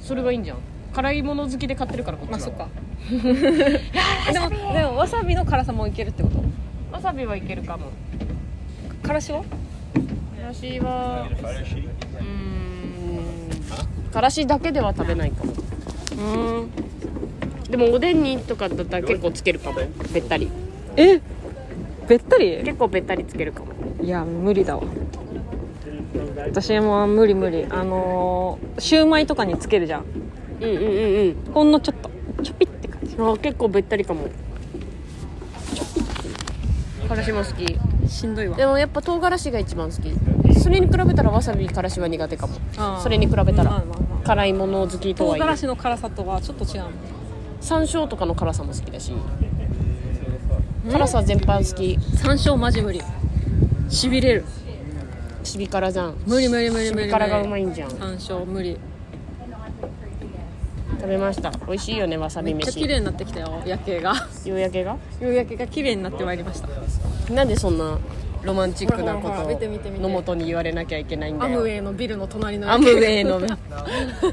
A: それがいいんじゃん辛いもの好きで買ってるからこっち
B: ま
A: は
B: あそ っかでもでもわさびの辛さもいけるってこと
C: わさびはいけるかも
B: からしは
C: 私は
A: うーんからしだけでは食べないかも
C: うんでもおでんにとかだったら結構つけるかもべったり
B: えべったり
C: 結構べったりつけるかも
B: いや無理だわ私も無理無理あのー、シューマイとかにつけるじゃん
C: うんうんうん
B: ほんのちょっとちょぴって感じ
C: うんあ結構べったりかも
A: からしも好き
B: しんどいわ
A: でもやっぱ唐辛子が一番好きそれに比べたらわさびからしは苦手かも
B: あー
A: それに比べたら
B: まあまあまあ
A: 辛いもの好きと
B: 唐
A: はいえ
B: 辛子の辛さとはちょっと違うもん
A: 山椒とかの辛さも好きだし辛さ全般好き
B: 山椒マジ無理しびれる
A: シビ辛じゃん
B: 無理無理無理無理無理
A: シビ辛がうまいんじゃん
B: 山椒無理
A: 食べました美味しいよねわさ
B: め
A: び
B: っちゃ
A: 飯
B: 綺麗になってきたよ夜景 が
A: 夕焼けが
B: 夕焼けが綺麗になってまいりました
A: なんでそんなロマンチックなこ
B: ほらほらほ
A: と
B: ら見て見て見て
A: を野本に言われなきゃいけないん
B: ア
A: だ
B: ム
A: よ
B: ウェイのビルの隣の
A: アムウェイの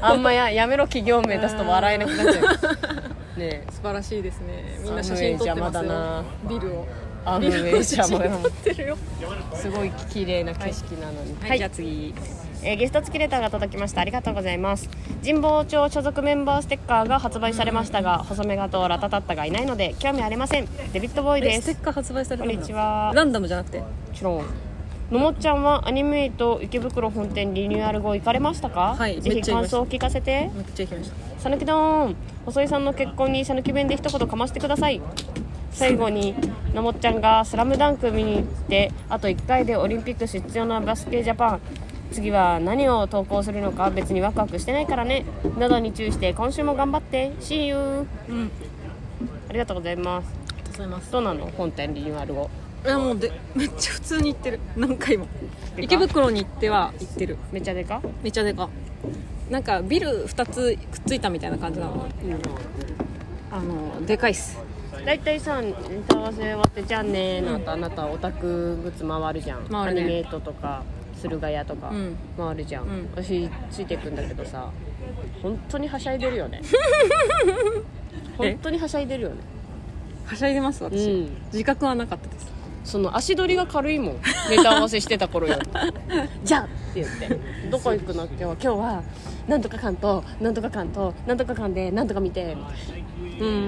A: あんまややめろ企業名出すと笑えなくなっちゃ うねえ
B: 素晴らしいですねみんな写真撮ってます
A: アムウェイ邪魔だな
B: よビルを
A: アム
B: ビ
A: ウ
B: ル
A: ェイ
B: の 写
A: 邪
B: 真
A: 魔
B: 撮ってるよ
A: すごい綺麗な景色なのに、
B: はい、じゃあ次
C: えーゲスト付きレターが届きましたありがとうございます神保町所属メンバーステッカーが発売されましたが細メガとラタタッタがいないので興味ありませんデビットボーイ
B: え
C: で
B: ステ
C: す
B: ッカー発売されたんだ
C: こんにちは
B: ランダムじゃなくて
A: もちろん
C: のもっちゃんはアニメイト池袋本店リニューアル後行かれましたか
B: はい
C: ぜ
B: め
C: ひ
B: っちゃ行き
C: 感
B: ました
C: 想を聞かせて
B: めっちゃ行きました
C: さぬきどん細井さんの結婚にさぬき弁で一言かましてください最後にのもっちゃんが「スラムダンク見に行ってあと1回でオリンピック出場のバスケジャパン次は何を投稿するのか別にワクワクしてないからね喉に注意して今週も頑張って See you
B: うんあり
C: ありがとうございます
B: がとうございます
C: どうなの本店リニューアル後
B: いやもうでめっちゃ普通に行ってる何回も
C: でか
B: 池袋に行っては行ってる
C: めっちゃでか
B: めっちゃでかなんかビル2つくっついたみたいな感じなの、あのでかいっす
C: 大体さネタ合わせ終わって「じゃあね」の後あなたはオタクグッズ回るじゃん、ア
B: 回るね
C: ニメイトとか駿河屋とか
B: うん
C: 回るじゃん、
B: うん
C: 私ついてくんだけどさ本当にはしゃいでる よね
B: え
C: 本当にはしゃいでるよね
B: はしゃいでます私、
C: うん
B: 自覚はなかったです
C: その足取りが軽いもんネタ合わせしてた頃よりじゃあって言ってどこ行くの今日は今日はなんとか館となんとか館となんとか館でなんとか見 てみたいな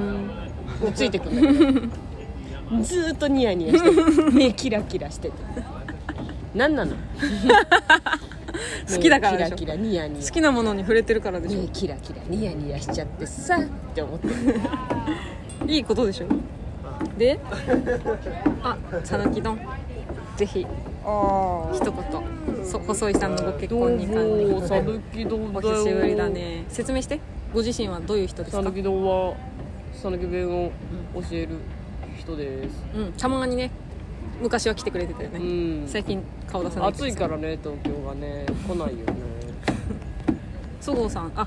B: うーん
C: ついてくんだけどずーっとニヤニヤしてて目キラキラしてて何なの
B: 好きだからでしょ
C: 目キラキラニヤニヤ
B: 好きなものに触れてるからでしょ、
C: 目キラキラニヤニヤしちゃってさって思って
B: いいことでしょであさぬき丼ぜひ一言そ細井さんのご結婚に関
A: う
B: して
A: ぬきど
B: お久しぶりだね説明してご自身はどういう人です
A: さ
B: か
A: ぬきどんはさぬき弁を教える人です
B: うんたまにね昔は来てくれてたよね、
A: うん
B: 最近顔出さないけど
A: 暑いからね東京がね来ないよね
B: そごうさんあ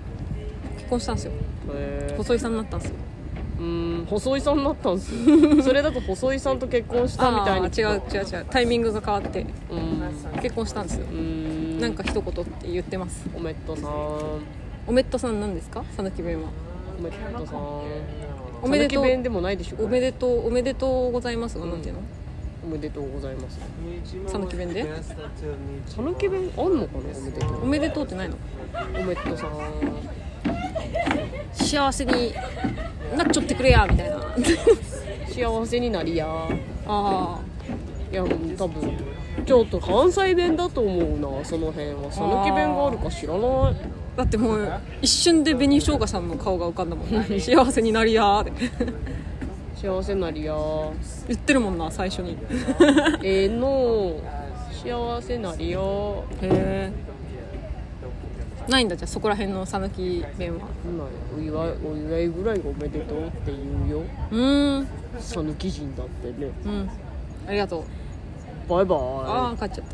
B: 結婚したんですよ
A: へー
B: 細井さんになったんですよ
A: うん細井さんになったんすよそれだと細井さんと結婚したみたいに
B: あー違う違う違うタイミングが変わって
A: うん
B: 結婚したんですよ
A: う、ん
B: なんか一言って言ってます
A: おめっとさんお
B: おめっとさんなんですかさぬき弁は
A: めっとさん
B: おめでとう
A: 讃岐弁でもないでしょこれ
B: おめでとうおめでとうございますが、なんていうの
A: おめでとうございます
B: さぬき弁で
A: さぬき弁あんのかなおめでとう
B: おめでとうってないの
A: おめっとさん
B: 幸せになっちょってくれやみ たいな
A: 幸せになりや
B: あ
A: いやもう多分ちょっと関西弁だと思うなその辺はさぬき弁があるか知らない
B: あだってもう一瞬で紅生姜さんの顔が浮かんだもん、ね、幸せになりやーって
A: 幸せなりや
B: 言ってるもんな最初に
A: ええの幸せなりやな
B: へえないんだじゃあそこら辺のさぬき弁は
A: んなんやお祝いお祝いぐらいがおめでとうって言うよ
B: うーん
A: さぬき人だってね
B: うんありがとう
A: バイバ
B: ああ帰っちゃっ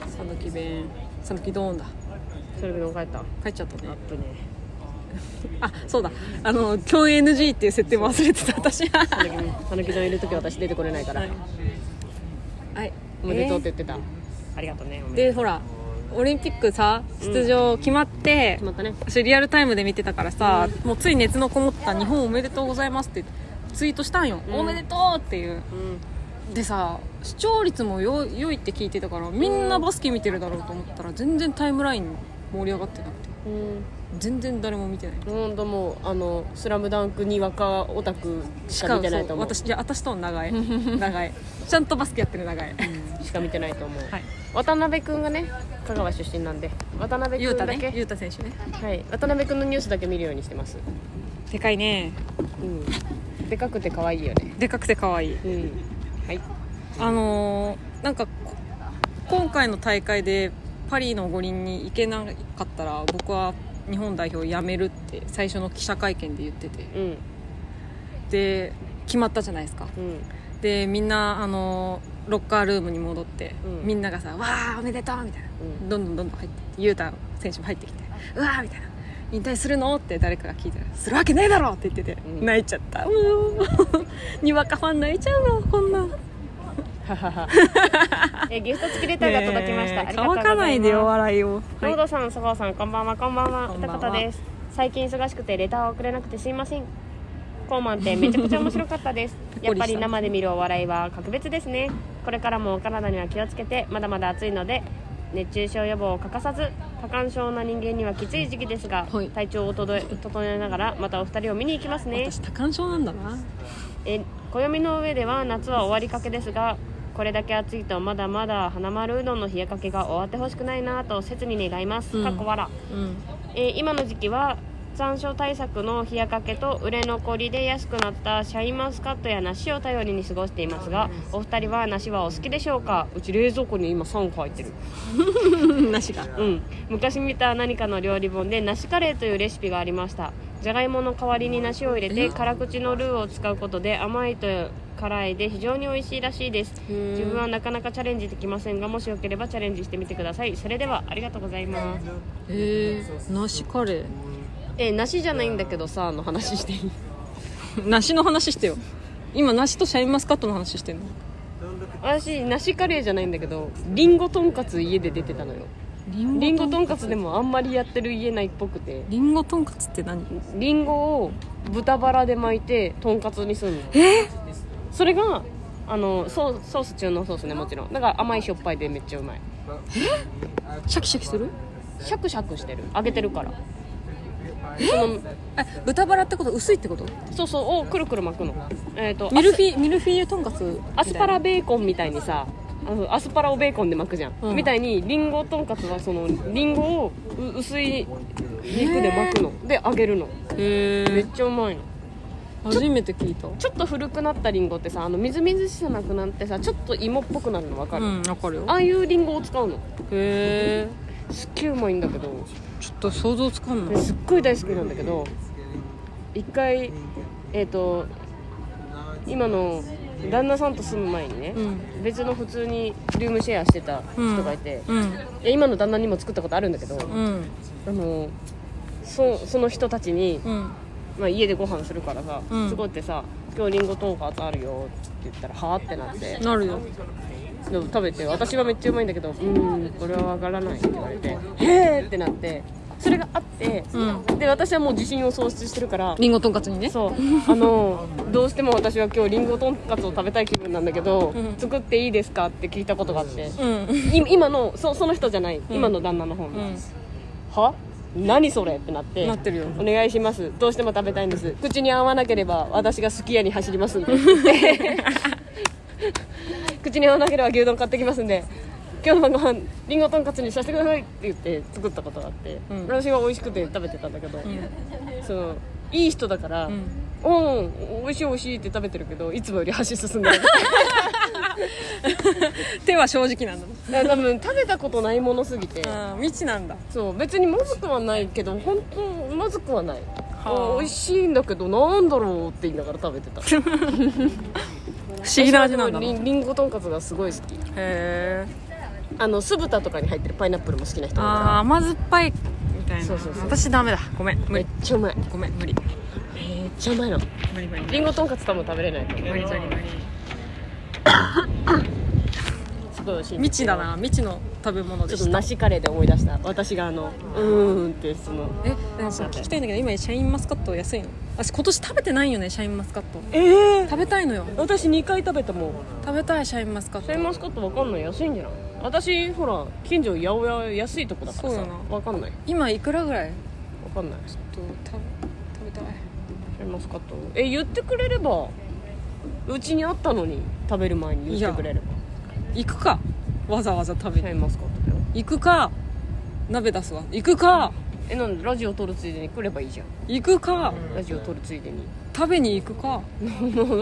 B: たさぬき弁さぬきドーンだ
A: イそれぐらい帰った
B: 帰っちゃったね
A: とね
B: あそうだあの共 NG っていう設定も忘れてた私 は
A: さぬきちゃんいる時私出てこれないから、
B: はい はい
A: おめでとうって言ってた、
C: ありがとうね
B: えーでほらオリンピックさ出場決まって、
A: 決まったね
B: 私リアルタイムで見てたからさ、もうつい熱のこもった「日本おめでとうございます」ってツイートしたんよ、おめでとうっていう、でさ視聴率もよ良いって聞いてたからみんなバスケ見てるだろうと思ったら全然タイムライン盛り上がってなく
A: う
B: て
A: ん
B: 全然誰も見てない
A: ほんともうあの「スラムダンクにわかオタクしか見てないと思う
B: そう私いや私との長い 長いちゃんとバスケやってる長い
A: しか見てないと思う、
B: はい
A: 渡辺君がね香川出身なんで渡辺
B: 雄
A: 君
B: 太
A: だけ、
B: ね雄太選手ね
A: はい、渡辺君のニュースだけ見るようにしてます、
B: でかいね
A: うん、でかくて可愛いよね
B: でかくて可愛い
A: うんはい
B: あのーなんかこ今回の大会でパリの五輪に行けなかったら僕は日本代表辞めるって最初の記者会見で言ってて
A: うん
B: で決まったじゃないですか
A: うん
B: でみんなあのーロッカールームに戻って、
A: うん
B: みんながさ「わーおめでとう」みたいな、
A: うん
B: どんどんどんどん入ってって雄太選手も入ってきて「うわー」みたいな「引退するの?」って誰かが聞いたら「するわけねえだろ!」って言ってて、
A: うん
B: 泣いちゃったうー にわかファン泣いちゃうわこんな
A: ははは
C: えギフト付きレターが届きました、ありがとうございます
B: 乾かないでお笑いを、
C: ロードさん、佐川さん、こんばんは、こんばんは、
B: こんばんは
C: 歌方です。最近忙しくて、レターを送れなくてすいません。コーマンってめちゃくちゃ面白かったです。やっぱり生で見るお笑いは格別ですね。これからもお体には気をつけて、まだまだ暑いので、熱中症予防を欠かさず、多感症な人間にはきつい時期ですが、
B: はい
C: 体調を整え整えながら、またお二人を見に行きますね。
B: 私多感症なんだな
C: え暦の上では夏は終わりかけですがこれだけ暑いとまだまだ花丸うどんの冷やかけが終わってほしくないなと切に願います、
B: うん
C: かっこ笑
B: うん
C: えー今の時期は残暑対策の冷やかけと売れ残りで安くなったシャインマスカットや梨を頼りに過ごしていますがお二人は梨はお好きでしょうかうち冷蔵庫に今3個入ってる
B: うんなしが
C: うん昔見た何かの料理本で梨カレーというレシピがありましたじゃがいもの代わりに梨を入れて辛口のルーを使うことで甘いと辛いで非常に美味しいらしいです自分はなかなかチャレンジできませんがもしよければチャレンジしてみてくださいそれではありがとうございます
B: えー、梨カレ
C: え梨じゃないんだけどさの話していい
B: ー梨の話してよ今梨とシャインマスカットの話してんの
C: 私梨カレーじゃないんだけどリンゴとんかつ家で出てたのよ
B: リ
C: リンゴとんかつでもあんまりやってる家ないっぽくて
B: リンゴとんかつって何
C: リンゴを豚バラで巻いてとんかつにするのそれがあのソーソース中のソースねもちろんだから甘いしょっぱいでめっちゃうまい
B: シャキシャキする
C: シャクシャクしてる揚げてるからその
B: え豚バラってこと薄いってこと
C: そうそうをくるくる巻くのえっ、と
B: ミルフィミルフィーユとんかつみたいな
C: アスパラベーコンみたいにさあのアスパラをベーコンで巻くじゃん、
B: うん
C: みたいにリンゴとんかつはそのリンゴをう薄い肉で巻くので揚げるの
B: へ
C: め
B: え
C: っちゃうまいの
B: 初めて聞いた
C: ちょっと古くなったリンゴってさあのみずみずしさなくなってさちょっと芋っぽくなるの分かる、
B: うんわかるよ
C: ああいうリンゴを使うの
B: へえ
C: すっげえうまいんだけど
B: ちょっと想像つかん
C: で
B: ない
C: すっごい大好きなんだけど一回えっ、と今の旦那さんと住む前にね、
B: うん
C: 別の普通にルームシェアしてた人がいて、
B: うん
C: いや今の旦那にも作ったことあるんだけど、
B: うん
C: あのそその人たちに、
B: うん
C: まあ、家でご飯するからさ「
B: うん
C: そこってさ今日リンゴとんかつあるよ」って言ったら「はあ?」ってなって
B: なるよ
C: でも食べて私はめっちゃうまいんだけど「うーんこれはわからない」って言われて「へえ!」ってなってそれがあって、
B: うん
C: で私はもう自信を喪失してるから。
B: リンゴとんかつにね
C: そうあのどうしても私は今日りんごとんかつを食べたい気分なんだけど、
B: うん
C: 作っていいですかって聞いたことがあって、
B: うん
C: い今のそその人じゃない、今の旦那の方の、
B: う
C: は何それってなって
B: んなってるよ
C: お願いしますどうしても食べたいんです口に合わなければ私がすき家に走りますん でって口に合わなければ牛丼買ってきますんで今日の晩ご飯りんごとんかつにさせてくださいって言って作ったことがあって、
B: うん
C: 私は美味しくて食べてたんだけど、
B: うん
C: そういい人だから、う、
B: うんん
C: 美味しい美味しいって食べてるけどいつもより箸進ん でる
B: 手は正直なんだ
C: 多分食べたことないものすぎて、
B: あー未知なんだ
C: そう別にまずくはないけど本当まずくはない、
B: あ
C: 美味しいんだけどなんだろうって言いながら食べてた不
B: 不思議な味なんだな
C: り
B: へ
C: んりんごとんかつがすごい好き
B: え
C: あの酢豚とかに入ってるパイナップルも好きな人だ
B: あー
C: か
B: 甘酸っぱいみたいな
C: そうそうそう
B: 私ダメだごめん
C: ら
B: 無
C: めっ
B: 理
C: ちゃうまい
B: ごめん無理
C: めっちゃうまいの
B: 無理無理無
C: りんごとんかつ多分食べれないと思う
B: 理無理無理
C: すごい美味しいん
B: 未知だ
C: け
B: な未知の食べ物
C: ど
B: で
C: ちょっ
B: し
C: と
B: た
C: 梨カレーで思い出した私があのうーんってその
B: えでもさ聞きたいんだけど今シャインマスカット安いの私今年食べてないよねシャインマスカット
C: ええ
B: 食べたいのよ
C: 私2回食べたもん
B: 食べたいシャインマスカッ
C: シャイ
B: ト
C: ンマスカットわかんない安いんじゃない私ほら近所八百屋安いとこだから
B: そ
C: さ
B: うだな
C: わかんない
B: 今いくらぐらい
C: わかんない
B: ちょっと食べ食べたい
C: シャインマスカットえ言ってくれればうちにあったのに食べる前に言ってくれれば
B: 行くかわざわざ食べ
C: シ
B: に
C: ャインマスカットだよ
B: 行くか鍋出すわ行くか
C: えなんでラジオ撮るついでに来ればいいじゃん
B: 行くか
C: ラジオ撮るついでに
B: 食べに行くか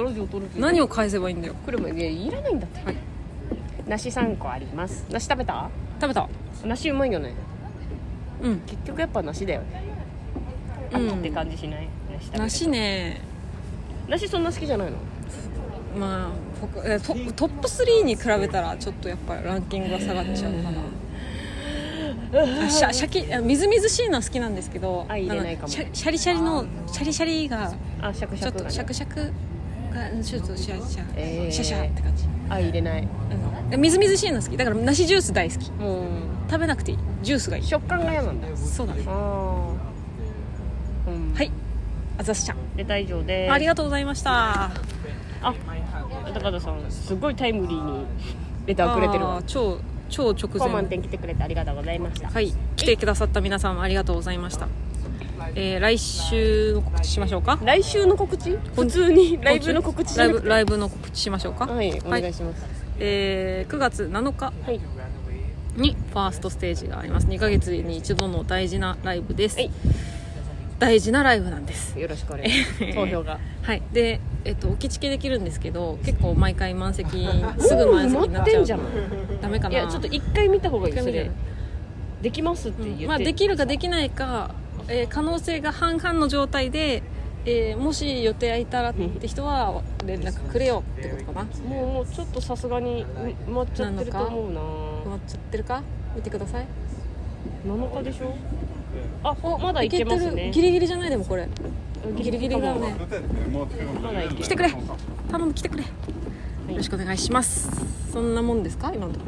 C: ラジオ撮るついでに
B: 何を返せばいいんだよ
C: 来ればいいいやいらないんだって、
B: はい
C: 梨3個あります梨食べた
B: 食べた
C: 梨うまいよね
B: うん
C: 結局やっぱ梨だよね
B: うん
C: 秋って感じしない、梨食べて
B: 梨ね
C: 梨そんな好きじゃないの
B: まあ他えトトップ3に比べたらちょっとやっぱランキングが下がっちゃうかなあシャシャキあみずみずしいのは好きなんですけど
C: あ入れないか
B: あの
C: も
B: シャシャリシャリのシャリシャリが
C: あシャクシ
B: ちょ
C: ャ
B: っと
C: クが、ね、
B: シャクシャクがうんちょっとシャシャ、
C: えー
B: シャシャって感じ、
C: あ入れない
B: うん、みずみずしいの好きだから梨ジュース大好き
C: もう
B: 食べなくていいジュースがいい
C: 食感が嫌なんだ
B: そうだね
C: ああうん
B: はいあざすちゃん
C: で大丈夫です
B: ありがとうございました
C: あ高田さんすごいタイムリーにレターくれてる
B: あ
C: わ
B: ー超超直
C: コマ
B: 前
C: ン店来てくれてありがとうございました
B: はい来てくださった皆さんありがとうございましたえー、来週の告知しましょうか
C: 来週の告知普通にライブの告知じ
B: ラ
C: ゃ
B: イ
C: な
B: ブ
C: くて
B: ライブの告知しましょうか
C: はいお願いします、
B: ええー9月7日
C: はい
B: にファーストステージがあります2ヶ月に一度の大事なライブです、
C: はい
B: 大事なライブなんです
C: よろしくお願いし ます投票が
B: はいでえっと置きチケできるんですけど結構毎回満席すぐ満席になっちゃう
C: 持ってんじゃん
B: ダメか
C: い
B: ない
C: やちょっと一回見た方がいい
B: 一回
C: そ
B: 見る
C: れできますって言って、
B: まあ、できるかできないか、えー可能性が半々の状態で、えーもし予定空いたらって人は連絡くれよってことかな
C: もうもうちょっとさすがに埋まっちゃってると思う
B: 埋
C: な
B: まっちゃってるか見てください
C: 7日でしょあほまだいけますね
B: ギリギリじゃないでもこれギリギリだ
C: かも
B: ね
C: まだいけ
B: 来てくれ頼む来てくれ、よろしくお願いしますそんなもんですか今のとこ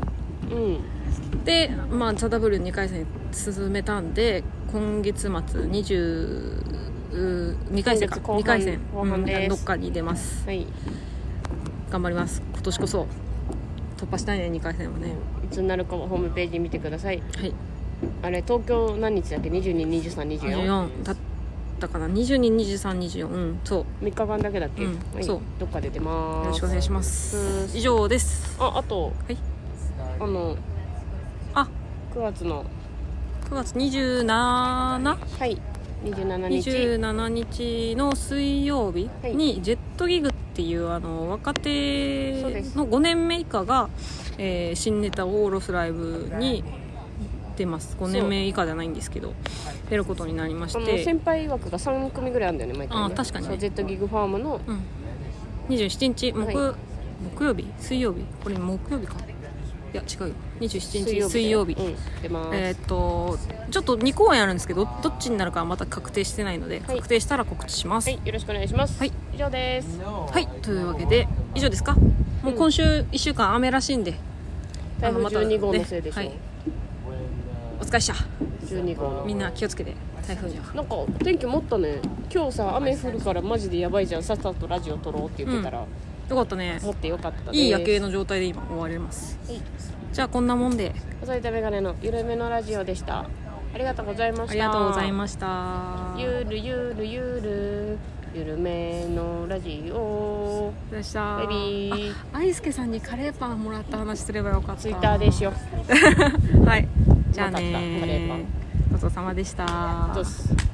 C: うん
B: でまあザ・ダブル2回戦進めたんで今月末22回戦か
C: 今
B: 2
C: 月後半
B: 回戦
C: 後半です
B: うんどっかに出ます
C: はい
B: 頑張ります今年こそ突破したいね2回戦はね
C: いつになるかはホームページ見てください
B: はい
C: あれ東京何日だっけ222324
B: 24だったかな222324うんそうよ
C: 三日間だけだっけ、
B: うん
C: はい
B: そう
C: どっかで出ま
B: ろ
C: す
B: しくお願いしま
C: う
B: す
C: ん
B: 以上です
C: ああと、
B: はい
C: あの
B: あ
C: 9月の
B: 9月27
C: はい27日
B: 27日の水曜日
C: はい
B: にジェットギグっていうあの若手
C: そうです
B: の5年目以下が、えー新ネタを下ろすライブに出ます5年目以下じゃないんですけど出ることになりま
C: あ
B: し
C: の
B: て、
C: 先輩枠が3組ぐらいあるんだよね毎回ね
B: あ確かにね
C: そうジェットギグファームの
B: うん、27日木,、
C: は
B: 木曜日水曜日これ木曜日かいや違うよ27
C: 水
B: 日
C: 曜日
B: 水曜日
C: うん、出ます、
B: えーっとちょっと2公演あるんですけどどっちになるかはまだ確定してないので、
C: はい
B: 確定したら告知します
C: はいよろしくお願いします、
B: はい
C: 以上です
B: はい、というわけで以上ですかもう今週1週間雨らしいんで、
C: 台風
B: あた
C: 12号のせいでしょ、
B: ねお疲れっした
C: 12号の
B: みんな気をつけて台風には
C: なんか天気持ったね今日さ雨降るからマジでやばいじゃんさっさとラジオ撮ろうって言ってたら、
B: よかったね
C: 持ってよかったです
B: いい夜景の状態で今終われます
C: はい
B: じゃあこんなもんで
C: 細いたメガネのゆるめのラジオでしたありがとうございました
B: ありがとうございました
C: ゆるゆるゆるゆるめのラジオ
B: でした
C: バイビー
B: 愛介さんにカレーパンもらった話すればよかった
C: ツイッターでし
B: よ
C: よ
B: うはいじゃあね
C: よかったカレーパン
B: ごちそうさまでした
C: どうっす